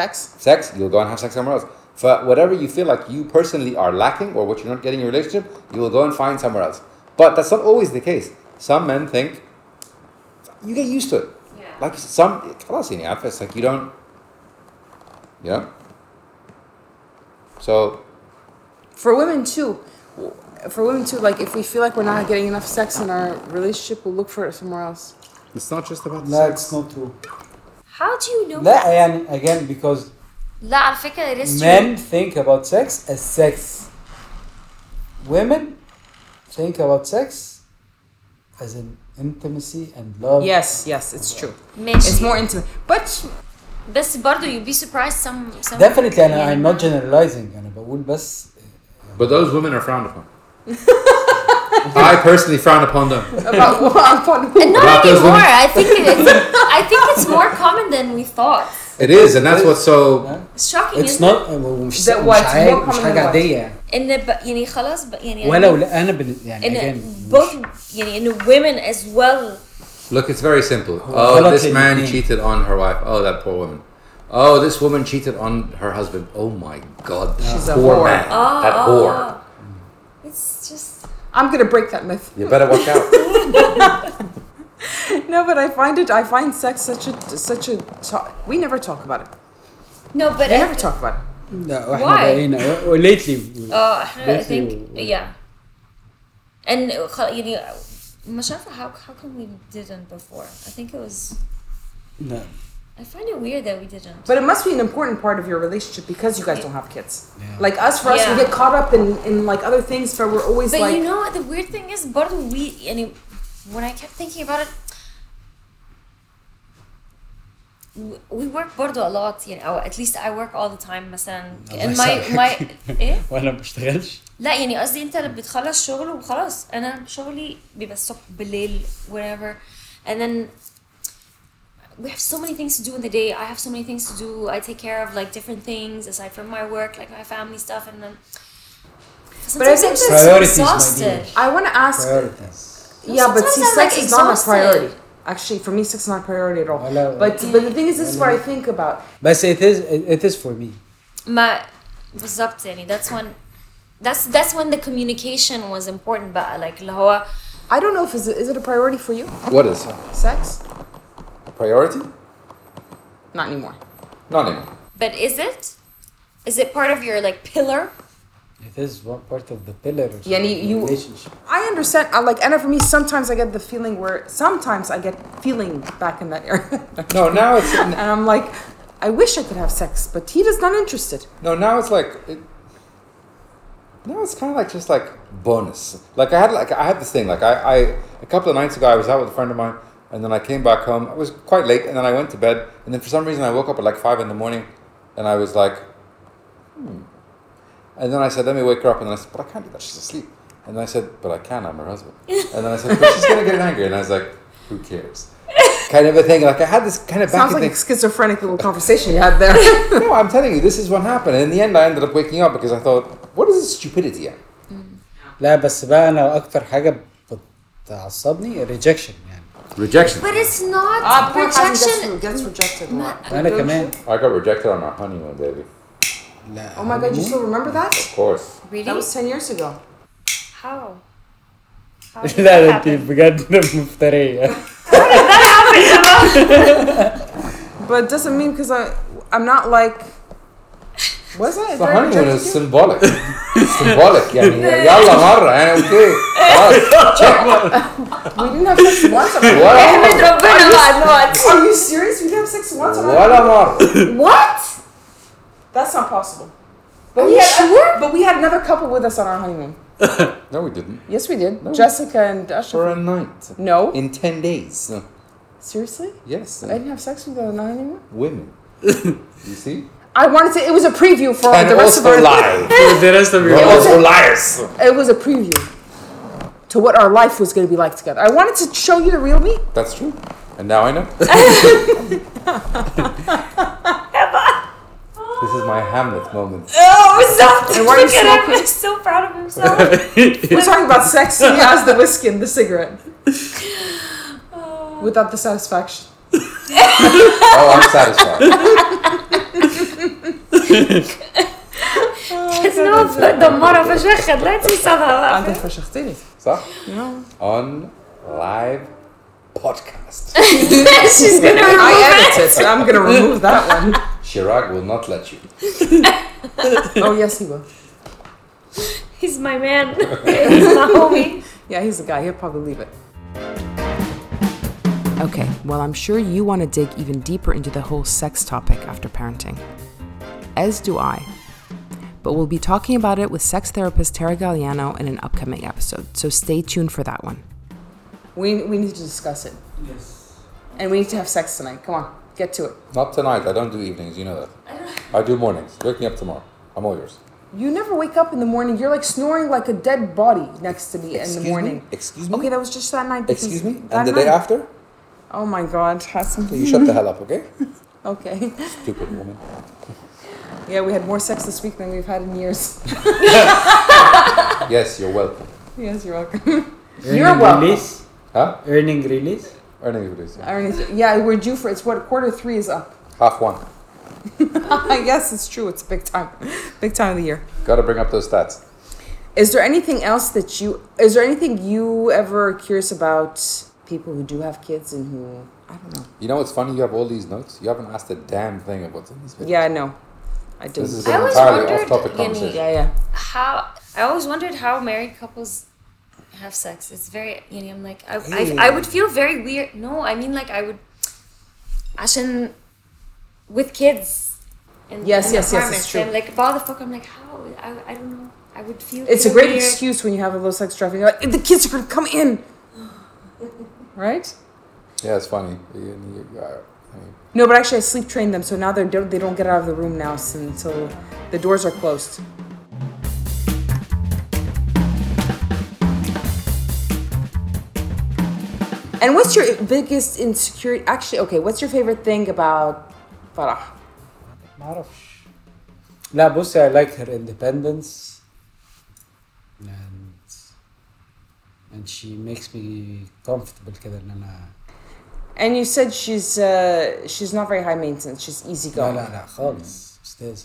[SPEAKER 1] Sex?
[SPEAKER 3] sex, you'll go and have sex somewhere else. For whatever you feel like you personally are lacking or what you're not getting in your relationship, you will go and find somewhere else. But that's not always the case. Some men think you get used to it.
[SPEAKER 2] Yeah.
[SPEAKER 3] Like some, خلاص يعني عارفة, it's like you don't, you know. So
[SPEAKER 1] For women too. For women too, like if we feel like we're not getting enough sex in our relationship, we'll look for it somewhere else.
[SPEAKER 3] it's not just about
[SPEAKER 5] لا it's not true
[SPEAKER 2] How do you know
[SPEAKER 5] لا
[SPEAKER 2] that?
[SPEAKER 5] يعني again because
[SPEAKER 2] لا على فكرة it is true.
[SPEAKER 5] men think about sex as sex women think about sex as an intimacy and love
[SPEAKER 1] Yes, yes, it's true. It's
[SPEAKER 2] ماشي.
[SPEAKER 1] more intimate. But
[SPEAKER 2] بس برضه you be surprised some some
[SPEAKER 5] definitely انا
[SPEAKER 2] يعني
[SPEAKER 5] I'm not generalizing انا بقول بس
[SPEAKER 3] But those women are frowned upon. I personally frown upon them.
[SPEAKER 1] about
[SPEAKER 2] And
[SPEAKER 3] About
[SPEAKER 2] not
[SPEAKER 3] those
[SPEAKER 2] anymore.
[SPEAKER 3] women.
[SPEAKER 2] I think it is. I think it's more common than we thought.
[SPEAKER 3] It is, and that's what's so.
[SPEAKER 5] ها؟
[SPEAKER 2] It's shocking.
[SPEAKER 5] it's
[SPEAKER 2] isn't
[SPEAKER 5] not مش
[SPEAKER 1] That
[SPEAKER 5] مش
[SPEAKER 1] what? More
[SPEAKER 5] حاجه مش
[SPEAKER 1] common
[SPEAKER 5] حاجه
[SPEAKER 1] than what?
[SPEAKER 5] عاديه يعني
[SPEAKER 2] it? إن ب- يعني خلاص ب- يعني
[SPEAKER 5] ولو لا انا بن- يعني
[SPEAKER 2] إن
[SPEAKER 5] again مش-
[SPEAKER 2] both يعني إن women as well.
[SPEAKER 3] Look, it's very simple. Oh, this
[SPEAKER 5] غلط
[SPEAKER 3] man
[SPEAKER 5] للاتنين.
[SPEAKER 3] cheated on her wife. Oh, that poor woman. Oh, this woman cheated on her husband. Oh my God, that
[SPEAKER 1] She's a
[SPEAKER 3] poor
[SPEAKER 1] whore.
[SPEAKER 3] man.
[SPEAKER 2] Oh,
[SPEAKER 3] that
[SPEAKER 2] oh,
[SPEAKER 3] whore.
[SPEAKER 2] oh. It's just
[SPEAKER 1] I'm gonna break that myth.
[SPEAKER 3] You better watch out.
[SPEAKER 1] No, but I find it. I find sex such a such a. To- we never talk about it.
[SPEAKER 2] no, but
[SPEAKER 1] We never
[SPEAKER 2] I,
[SPEAKER 1] talk about it.
[SPEAKER 5] لا
[SPEAKER 2] Why?
[SPEAKER 5] واحنا بقينا lately
[SPEAKER 1] Uh.
[SPEAKER 2] oh, I think
[SPEAKER 5] Basically-
[SPEAKER 2] yeah. And uh, خ- يعني مش عارفة how how come we didn't before? I think it was.
[SPEAKER 5] لا
[SPEAKER 2] I find it weird that we didn't.
[SPEAKER 1] But it must be an important part of your relationship because you guys don't have kids. Like us, for us, we
[SPEAKER 2] Yeah.
[SPEAKER 1] get caught up in, in like other things, but we're always
[SPEAKER 2] But
[SPEAKER 1] like,
[SPEAKER 2] you know what the weird thing is, but we and it, when I kept thinking about it, w- we work برضو a lot, you know, or at least I work all the time مثلا and my my eh? ايه؟
[SPEAKER 5] وانا ما بشتغلش
[SPEAKER 2] لا يعني قصدي انت اللي بتخلص شغل وخلاص انا شغلي بيبقى الصبح بالليل whatever and then we have so many things to do in the day. I have so many things to do. I take care of like different things aside from my work, like my family stuff, and then.
[SPEAKER 1] But I
[SPEAKER 2] Sometimes
[SPEAKER 1] think
[SPEAKER 2] I'm just
[SPEAKER 5] Priorities, my dear.
[SPEAKER 2] exhausted.
[SPEAKER 1] I want to ask.
[SPEAKER 5] priorities
[SPEAKER 1] Yeah, but see,
[SPEAKER 2] Sometimes I'm,
[SPEAKER 1] sex
[SPEAKER 2] like,
[SPEAKER 1] is not a
[SPEAKER 2] exhausted.
[SPEAKER 1] priority. Actually, for me, sex is not a priority at all.
[SPEAKER 5] Hello.
[SPEAKER 1] But but the thing is, this is what I think about.
[SPEAKER 5] بس it is it is for me
[SPEAKER 2] ما بالظبط يعني that's when that's that's when the communication was important بقى like اللي هو
[SPEAKER 1] I don't know if is it, is it a priority for you?
[SPEAKER 3] what is
[SPEAKER 1] Sex?
[SPEAKER 3] priority?
[SPEAKER 1] Not anymore.
[SPEAKER 3] Not anymore.
[SPEAKER 2] but is it is it part of your like pillar
[SPEAKER 5] It is one part of the pillar of
[SPEAKER 1] يعني
[SPEAKER 5] the
[SPEAKER 1] you-
[SPEAKER 5] relationship.
[SPEAKER 1] I understand. I like, and for me, sometimes I get the feeling where sometimes I get feeling back in that area,
[SPEAKER 3] No, now it's
[SPEAKER 1] and I'm like, I wish I could have sex, but he is not interested.
[SPEAKER 3] no, now it's like it, now it's kind of like just like bonus. Like I had like I had this thing. Like I, I a couple of nights ago, I was out with a friend of mine, and then I came back home. It was quite late, and then I went to bed, and then for some reason I woke up at like five in the morning, and I was like, hmm. And then I said, let me wake her up, and then I said, but I can't do that. She's asleep. And then I said, but I can. I'm her husband. And then I said, but she's gonna get angry. And I was like, who cares? Kind of a thing. Like I had this kind of back
[SPEAKER 1] Sounds
[SPEAKER 3] and
[SPEAKER 1] like
[SPEAKER 3] thing
[SPEAKER 1] a schizophrenic little conversation you had there.
[SPEAKER 3] no, I'm telling you, this is what happened. And in the end, I ended up waking up because I thought, what is this stupidity? At?
[SPEAKER 5] لا بس بقى انا اكتر حاجه بتعصبني الريجكشن يعني
[SPEAKER 3] Rejection.
[SPEAKER 2] But it's not
[SPEAKER 1] Ah, poor
[SPEAKER 2] rejection.
[SPEAKER 1] Hassan gets, gets rejected. a lot.
[SPEAKER 5] انا كمان
[SPEAKER 3] I got rejected on our honeymoon, baby.
[SPEAKER 5] لا
[SPEAKER 1] Oh my god, you still remember that?
[SPEAKER 3] Of course.
[SPEAKER 2] Really?
[SPEAKER 1] That was ten years ago.
[SPEAKER 2] How? How did
[SPEAKER 5] لا
[SPEAKER 1] إيه؟
[SPEAKER 2] that
[SPEAKER 5] لا انت
[SPEAKER 2] happen?
[SPEAKER 5] بجد مفتريه
[SPEAKER 1] But it doesn't mean because I I'm not like was I?
[SPEAKER 3] The
[SPEAKER 1] very
[SPEAKER 3] honeymoon
[SPEAKER 1] rejected
[SPEAKER 3] is
[SPEAKER 1] you?
[SPEAKER 3] symbolic. symbolic. يعني يلا مرة يعني eh, okay. خلاص.
[SPEAKER 1] We didn't have sex once. I'm like,
[SPEAKER 3] ولا مرة.
[SPEAKER 2] ربنا بعد
[SPEAKER 1] Are you serious? We didn't have sex once. on
[SPEAKER 3] ولا
[SPEAKER 1] our-
[SPEAKER 3] مرة.
[SPEAKER 2] What?
[SPEAKER 1] That's not possible.
[SPEAKER 2] Are
[SPEAKER 1] But
[SPEAKER 2] you
[SPEAKER 1] we had
[SPEAKER 2] sure?
[SPEAKER 1] but we had another couple with us on our honeymoon.
[SPEAKER 3] No, we didn't.
[SPEAKER 1] Yes, we did. Jessica and
[SPEAKER 3] For
[SPEAKER 1] Usher.
[SPEAKER 3] a night.
[SPEAKER 1] No,
[SPEAKER 3] In 10 days.
[SPEAKER 1] seriously,
[SPEAKER 3] Yes.
[SPEAKER 1] I didn't have sex with her on our honeymoon.
[SPEAKER 3] Women. You see?
[SPEAKER 1] I wanted to. It was a preview for
[SPEAKER 3] And
[SPEAKER 1] Oh, the rest of
[SPEAKER 3] also
[SPEAKER 1] our
[SPEAKER 3] lie.
[SPEAKER 5] the rest of your
[SPEAKER 3] We're also liars.
[SPEAKER 1] It was a preview to what our life was going to be like together. I wanted to show you the real me.
[SPEAKER 3] That's true. And now I know. this is my Hamlet moment.
[SPEAKER 2] Oh, stop!
[SPEAKER 1] And why are you
[SPEAKER 2] Look at him.
[SPEAKER 1] smoking?
[SPEAKER 2] He's so proud of himself.
[SPEAKER 1] We're talking about sex. He has the whiskey and the cigarette
[SPEAKER 2] Oh.
[SPEAKER 1] without the satisfaction.
[SPEAKER 3] Oh, I'm satisfied.
[SPEAKER 2] It's not the- the mother of a Let's see
[SPEAKER 1] أنت
[SPEAKER 2] somehow.
[SPEAKER 1] فشختني.
[SPEAKER 3] صح؟
[SPEAKER 1] No.
[SPEAKER 3] On live podcast.
[SPEAKER 2] She's gonna
[SPEAKER 1] I
[SPEAKER 2] remove it.
[SPEAKER 1] edited, so I'm going to remove that one.
[SPEAKER 3] Chirag will not let you.
[SPEAKER 1] Oh, yes, he will.
[SPEAKER 2] He's my man. He's my homie.
[SPEAKER 1] Yeah, he's the guy. He'll probably leave it. Okay, well, I'm sure you want to dig even deeper into the whole sex topic after parenting. As do I. But we'll be talking about it with sex therapist Tara Galliano in an upcoming episode, so stay tuned for that one. We, we need to discuss it.
[SPEAKER 4] Yes.
[SPEAKER 1] And we need to have sex tonight. Come on, get to it.
[SPEAKER 3] Not tonight. I don't do evenings. You know that. I do mornings. Wake me up tomorrow. I'm all yours.
[SPEAKER 1] You never wake up in the morning. You're like snoring like a dead body next to me in the morning.
[SPEAKER 3] Me? Excuse me.
[SPEAKER 1] Okay, that was just that night. because-
[SPEAKER 3] Excuse me.
[SPEAKER 1] that
[SPEAKER 3] And the
[SPEAKER 1] night.
[SPEAKER 3] day after,
[SPEAKER 1] Oh my God, Hassan.
[SPEAKER 3] you shut the hell up. Okay.
[SPEAKER 1] Okay.
[SPEAKER 3] Stupid woman.
[SPEAKER 1] Yeah, we had more sex this week than we've had in years.
[SPEAKER 3] Yes, you're welcome.
[SPEAKER 1] yes, you're welcome. You're welcome.
[SPEAKER 5] release
[SPEAKER 3] Huh?
[SPEAKER 5] earning release
[SPEAKER 3] Earning release. yeah.
[SPEAKER 1] I already th- yeah, we're due for it's what quarter three is up.
[SPEAKER 3] Half one.
[SPEAKER 1] yes, it's true. It's big time, big time of the year.
[SPEAKER 3] Got to bring up those stats.
[SPEAKER 1] Is there anything else that you? Is there anything you ever curious about people who do have kids and who I don't know?
[SPEAKER 3] You know what's funny? You have all these notes. You haven't asked a damn thing of what's in these videos.
[SPEAKER 1] Yeah, I know. I did.
[SPEAKER 3] This is
[SPEAKER 2] I
[SPEAKER 3] an
[SPEAKER 2] always
[SPEAKER 3] entirely
[SPEAKER 2] wondered,
[SPEAKER 3] off-topic
[SPEAKER 2] Yanni,
[SPEAKER 3] conversation.
[SPEAKER 1] yeah, yeah.
[SPEAKER 2] How I always wondered how married couples have sex. It's very you know. I'm like I,
[SPEAKER 3] Ew.
[SPEAKER 2] I, I would feel very weird. No, I mean like I would. Ashen with kids. In,
[SPEAKER 1] Yes, yes, yes,
[SPEAKER 2] in
[SPEAKER 1] it's
[SPEAKER 2] apartments.
[SPEAKER 1] true.
[SPEAKER 2] I'm like how the fuck. I'm like how I, I don't know. I would feel.
[SPEAKER 1] It's a
[SPEAKER 2] feel
[SPEAKER 1] great
[SPEAKER 2] weird.
[SPEAKER 1] excuse when you have a low sex drive. and You're like, the kids are gonna come in, right?
[SPEAKER 3] Yeah, it's funny. You- you- you- I- uh, I mean,
[SPEAKER 1] No, but actually, I sleep trained them, so now they don't they don't get out of the room now s- until the doors are closed. And what's your biggest insecurity? Actually, okay, what's your favorite thing about Farah?
[SPEAKER 5] ما اعرفش لا بصي I like her independence and and she makes me comfortable كده ان انا
[SPEAKER 1] And you said she's uh, she's not very high maintenance. She's
[SPEAKER 5] لا
[SPEAKER 1] easygoing.
[SPEAKER 5] لا لا خالص استاذ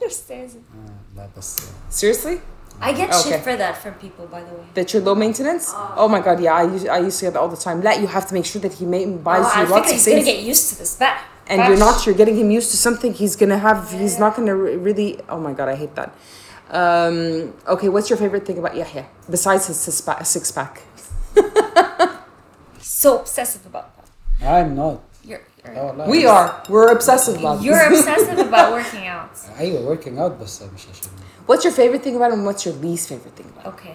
[SPEAKER 2] Understand.
[SPEAKER 5] آه، لا بس
[SPEAKER 1] Seriously,
[SPEAKER 2] I get
[SPEAKER 1] Okay.
[SPEAKER 2] shit for that from people, by the way.
[SPEAKER 1] that you're low maintenance?
[SPEAKER 2] Uh.
[SPEAKER 1] Oh my god, yeah, I used, I used to get that all the time. Let you have to make sure that he ma- buys
[SPEAKER 2] Oh, I
[SPEAKER 1] you
[SPEAKER 2] think
[SPEAKER 1] lots of
[SPEAKER 2] he's gonna
[SPEAKER 1] things.
[SPEAKER 2] get used to this. But
[SPEAKER 1] and you're not you're getting him used to something he's gonna have he's not gonna re- really oh my god i hate that Um, okay, what's your favorite thing about Yahya besides his six pack? Six pack?
[SPEAKER 2] So obsessive about that.
[SPEAKER 5] I'm not.
[SPEAKER 2] You're you're,
[SPEAKER 5] Oh, لا.
[SPEAKER 1] We are. We're obsessive about this.
[SPEAKER 2] you're obsessive about working out.
[SPEAKER 5] ايوه working out بس مش عشان
[SPEAKER 1] What's your favorite thing about him? What's your least favorite thing about him?
[SPEAKER 2] Okay.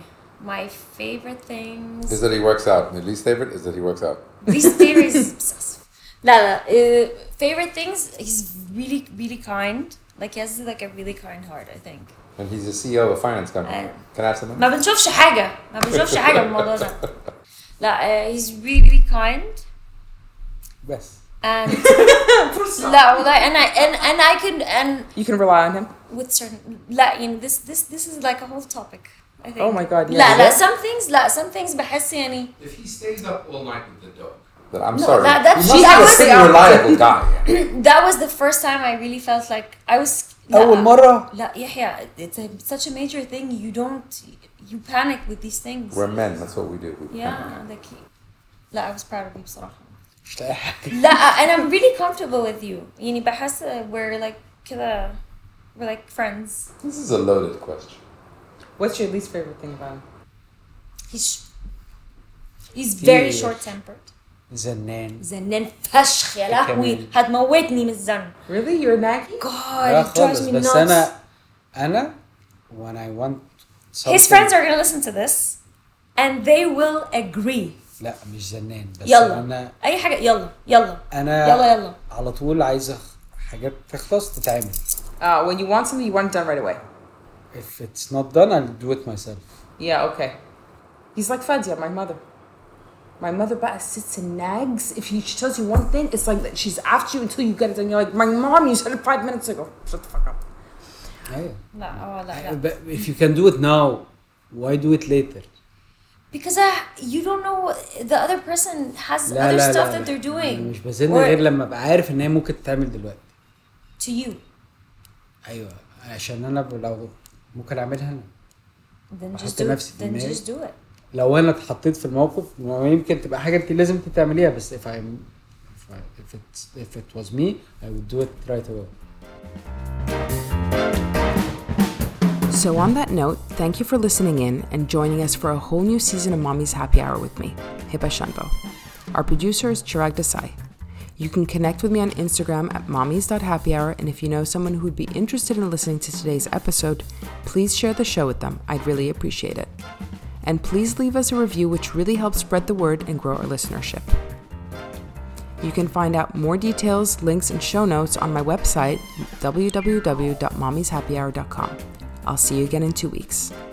[SPEAKER 2] My favorite
[SPEAKER 3] Is
[SPEAKER 2] things.
[SPEAKER 3] that he works out. My least favorite is that he works out.
[SPEAKER 2] These favorite is obsessive. La la. Uh, favorite things. He's really really kind. Like he has like a really kind heart. I think.
[SPEAKER 3] And he's the CEO of a finance company.
[SPEAKER 2] Uh,
[SPEAKER 3] Can I have some?
[SPEAKER 2] ما بنشوفش حاجة ما بنشوفش حاجة من الموضوع ده لا uh, he's really really kind
[SPEAKER 5] بس
[SPEAKER 2] and لا والله and I and and I can and
[SPEAKER 1] You can rely on him.
[SPEAKER 2] with certain لا يعني this this this is like a whole topic I think
[SPEAKER 1] Oh my God, yeah.
[SPEAKER 2] لا لا some things لا some things بحس يعني
[SPEAKER 6] If he stays up all night with the dog,
[SPEAKER 3] But I'm
[SPEAKER 2] No,
[SPEAKER 3] sorry.
[SPEAKER 2] that- that-
[SPEAKER 3] you
[SPEAKER 2] she-
[SPEAKER 3] must
[SPEAKER 2] I
[SPEAKER 3] be a
[SPEAKER 2] was-
[SPEAKER 3] pretty reliable guy. yeah.
[SPEAKER 2] that was the first time I really felt like I was لا.
[SPEAKER 5] اول مره
[SPEAKER 2] لا يحيى it's a, such a major thing you don't you panic with these things
[SPEAKER 3] We're men. That's what we do. We-
[SPEAKER 2] yeah like لا I was proud of you بصراحة
[SPEAKER 5] مش لاقي حاجه
[SPEAKER 2] لا and I'm really comfortable with you يعني بحس we're like كده we're like friends
[SPEAKER 3] This is a loaded question.
[SPEAKER 1] What's your least favorite thing about him?
[SPEAKER 2] he's he's very
[SPEAKER 5] Yes.
[SPEAKER 2] short tempered
[SPEAKER 5] زنان
[SPEAKER 2] زنان فشخ يا لهوي
[SPEAKER 5] كمان.
[SPEAKER 2] هتموتني من الزن
[SPEAKER 1] Really? You're naggy?
[SPEAKER 2] God
[SPEAKER 5] لا
[SPEAKER 2] it drives
[SPEAKER 5] خالص
[SPEAKER 2] me
[SPEAKER 5] بس
[SPEAKER 2] nuts
[SPEAKER 5] انا انا when I want something
[SPEAKER 2] his friends are gonna listen to this and they will agree
[SPEAKER 5] لا مش زنان بس
[SPEAKER 2] يلا.
[SPEAKER 5] انا
[SPEAKER 2] اي حاجة يلا يلا
[SPEAKER 5] انا
[SPEAKER 2] يلا يلا
[SPEAKER 5] على طول عايزه حاجات تخلص تتعمل
[SPEAKER 1] Uh, when you want something, you want it done right away.
[SPEAKER 5] if it's not done I'll do it myself
[SPEAKER 1] Yeah, okay. He's like Fadia, my mother. My mother but sits and nags. If he, she tells you one thing, it's like that she's after you until you get it done. You're like, my mom, you said it five minutes ago. Shut the fuck up.
[SPEAKER 5] ايوه
[SPEAKER 2] لا اه لا لا
[SPEAKER 5] But if you can do it now why do it later
[SPEAKER 2] because I, you don't know the other person has
[SPEAKER 5] لا
[SPEAKER 2] other
[SPEAKER 5] لا
[SPEAKER 2] stuff
[SPEAKER 5] لا,
[SPEAKER 2] that they're
[SPEAKER 5] لا.
[SPEAKER 2] doing
[SPEAKER 5] أنا مش بزن
[SPEAKER 2] Or-
[SPEAKER 5] غير لما ابقى عارف ان هي ممكن تتعمل دلوقتي
[SPEAKER 2] to you
[SPEAKER 5] ايوه عشان انا ب- لو ممكن اعملها أنا.
[SPEAKER 2] then just
[SPEAKER 5] أحط
[SPEAKER 2] do
[SPEAKER 5] نفسي
[SPEAKER 2] it.
[SPEAKER 5] في
[SPEAKER 2] Then
[SPEAKER 5] دماغي.
[SPEAKER 2] just do it.
[SPEAKER 5] لو انا اتحطيت في الموقف ما يمكن تبقى حاجه انت لازم انت تعمليها بس if I'm if, I, if it if it was me I would do it right away
[SPEAKER 1] So, on that note, thank you for listening in and joining us for a whole new season of Mommy's Happy Hour with me, Hiba Shanbo. Our producer is Chirag Desai. You can connect with me on Instagram at mommies.happyhour, and if you know someone who would be interested in listening to today's episode, please share the show with them. I'd really appreciate it. And please leave us a review, which really helps spread the word and grow our listenership. You can find out more details, links, and show notes on my website, www.mommieshappyhour.com. I'll see you again in two weeks.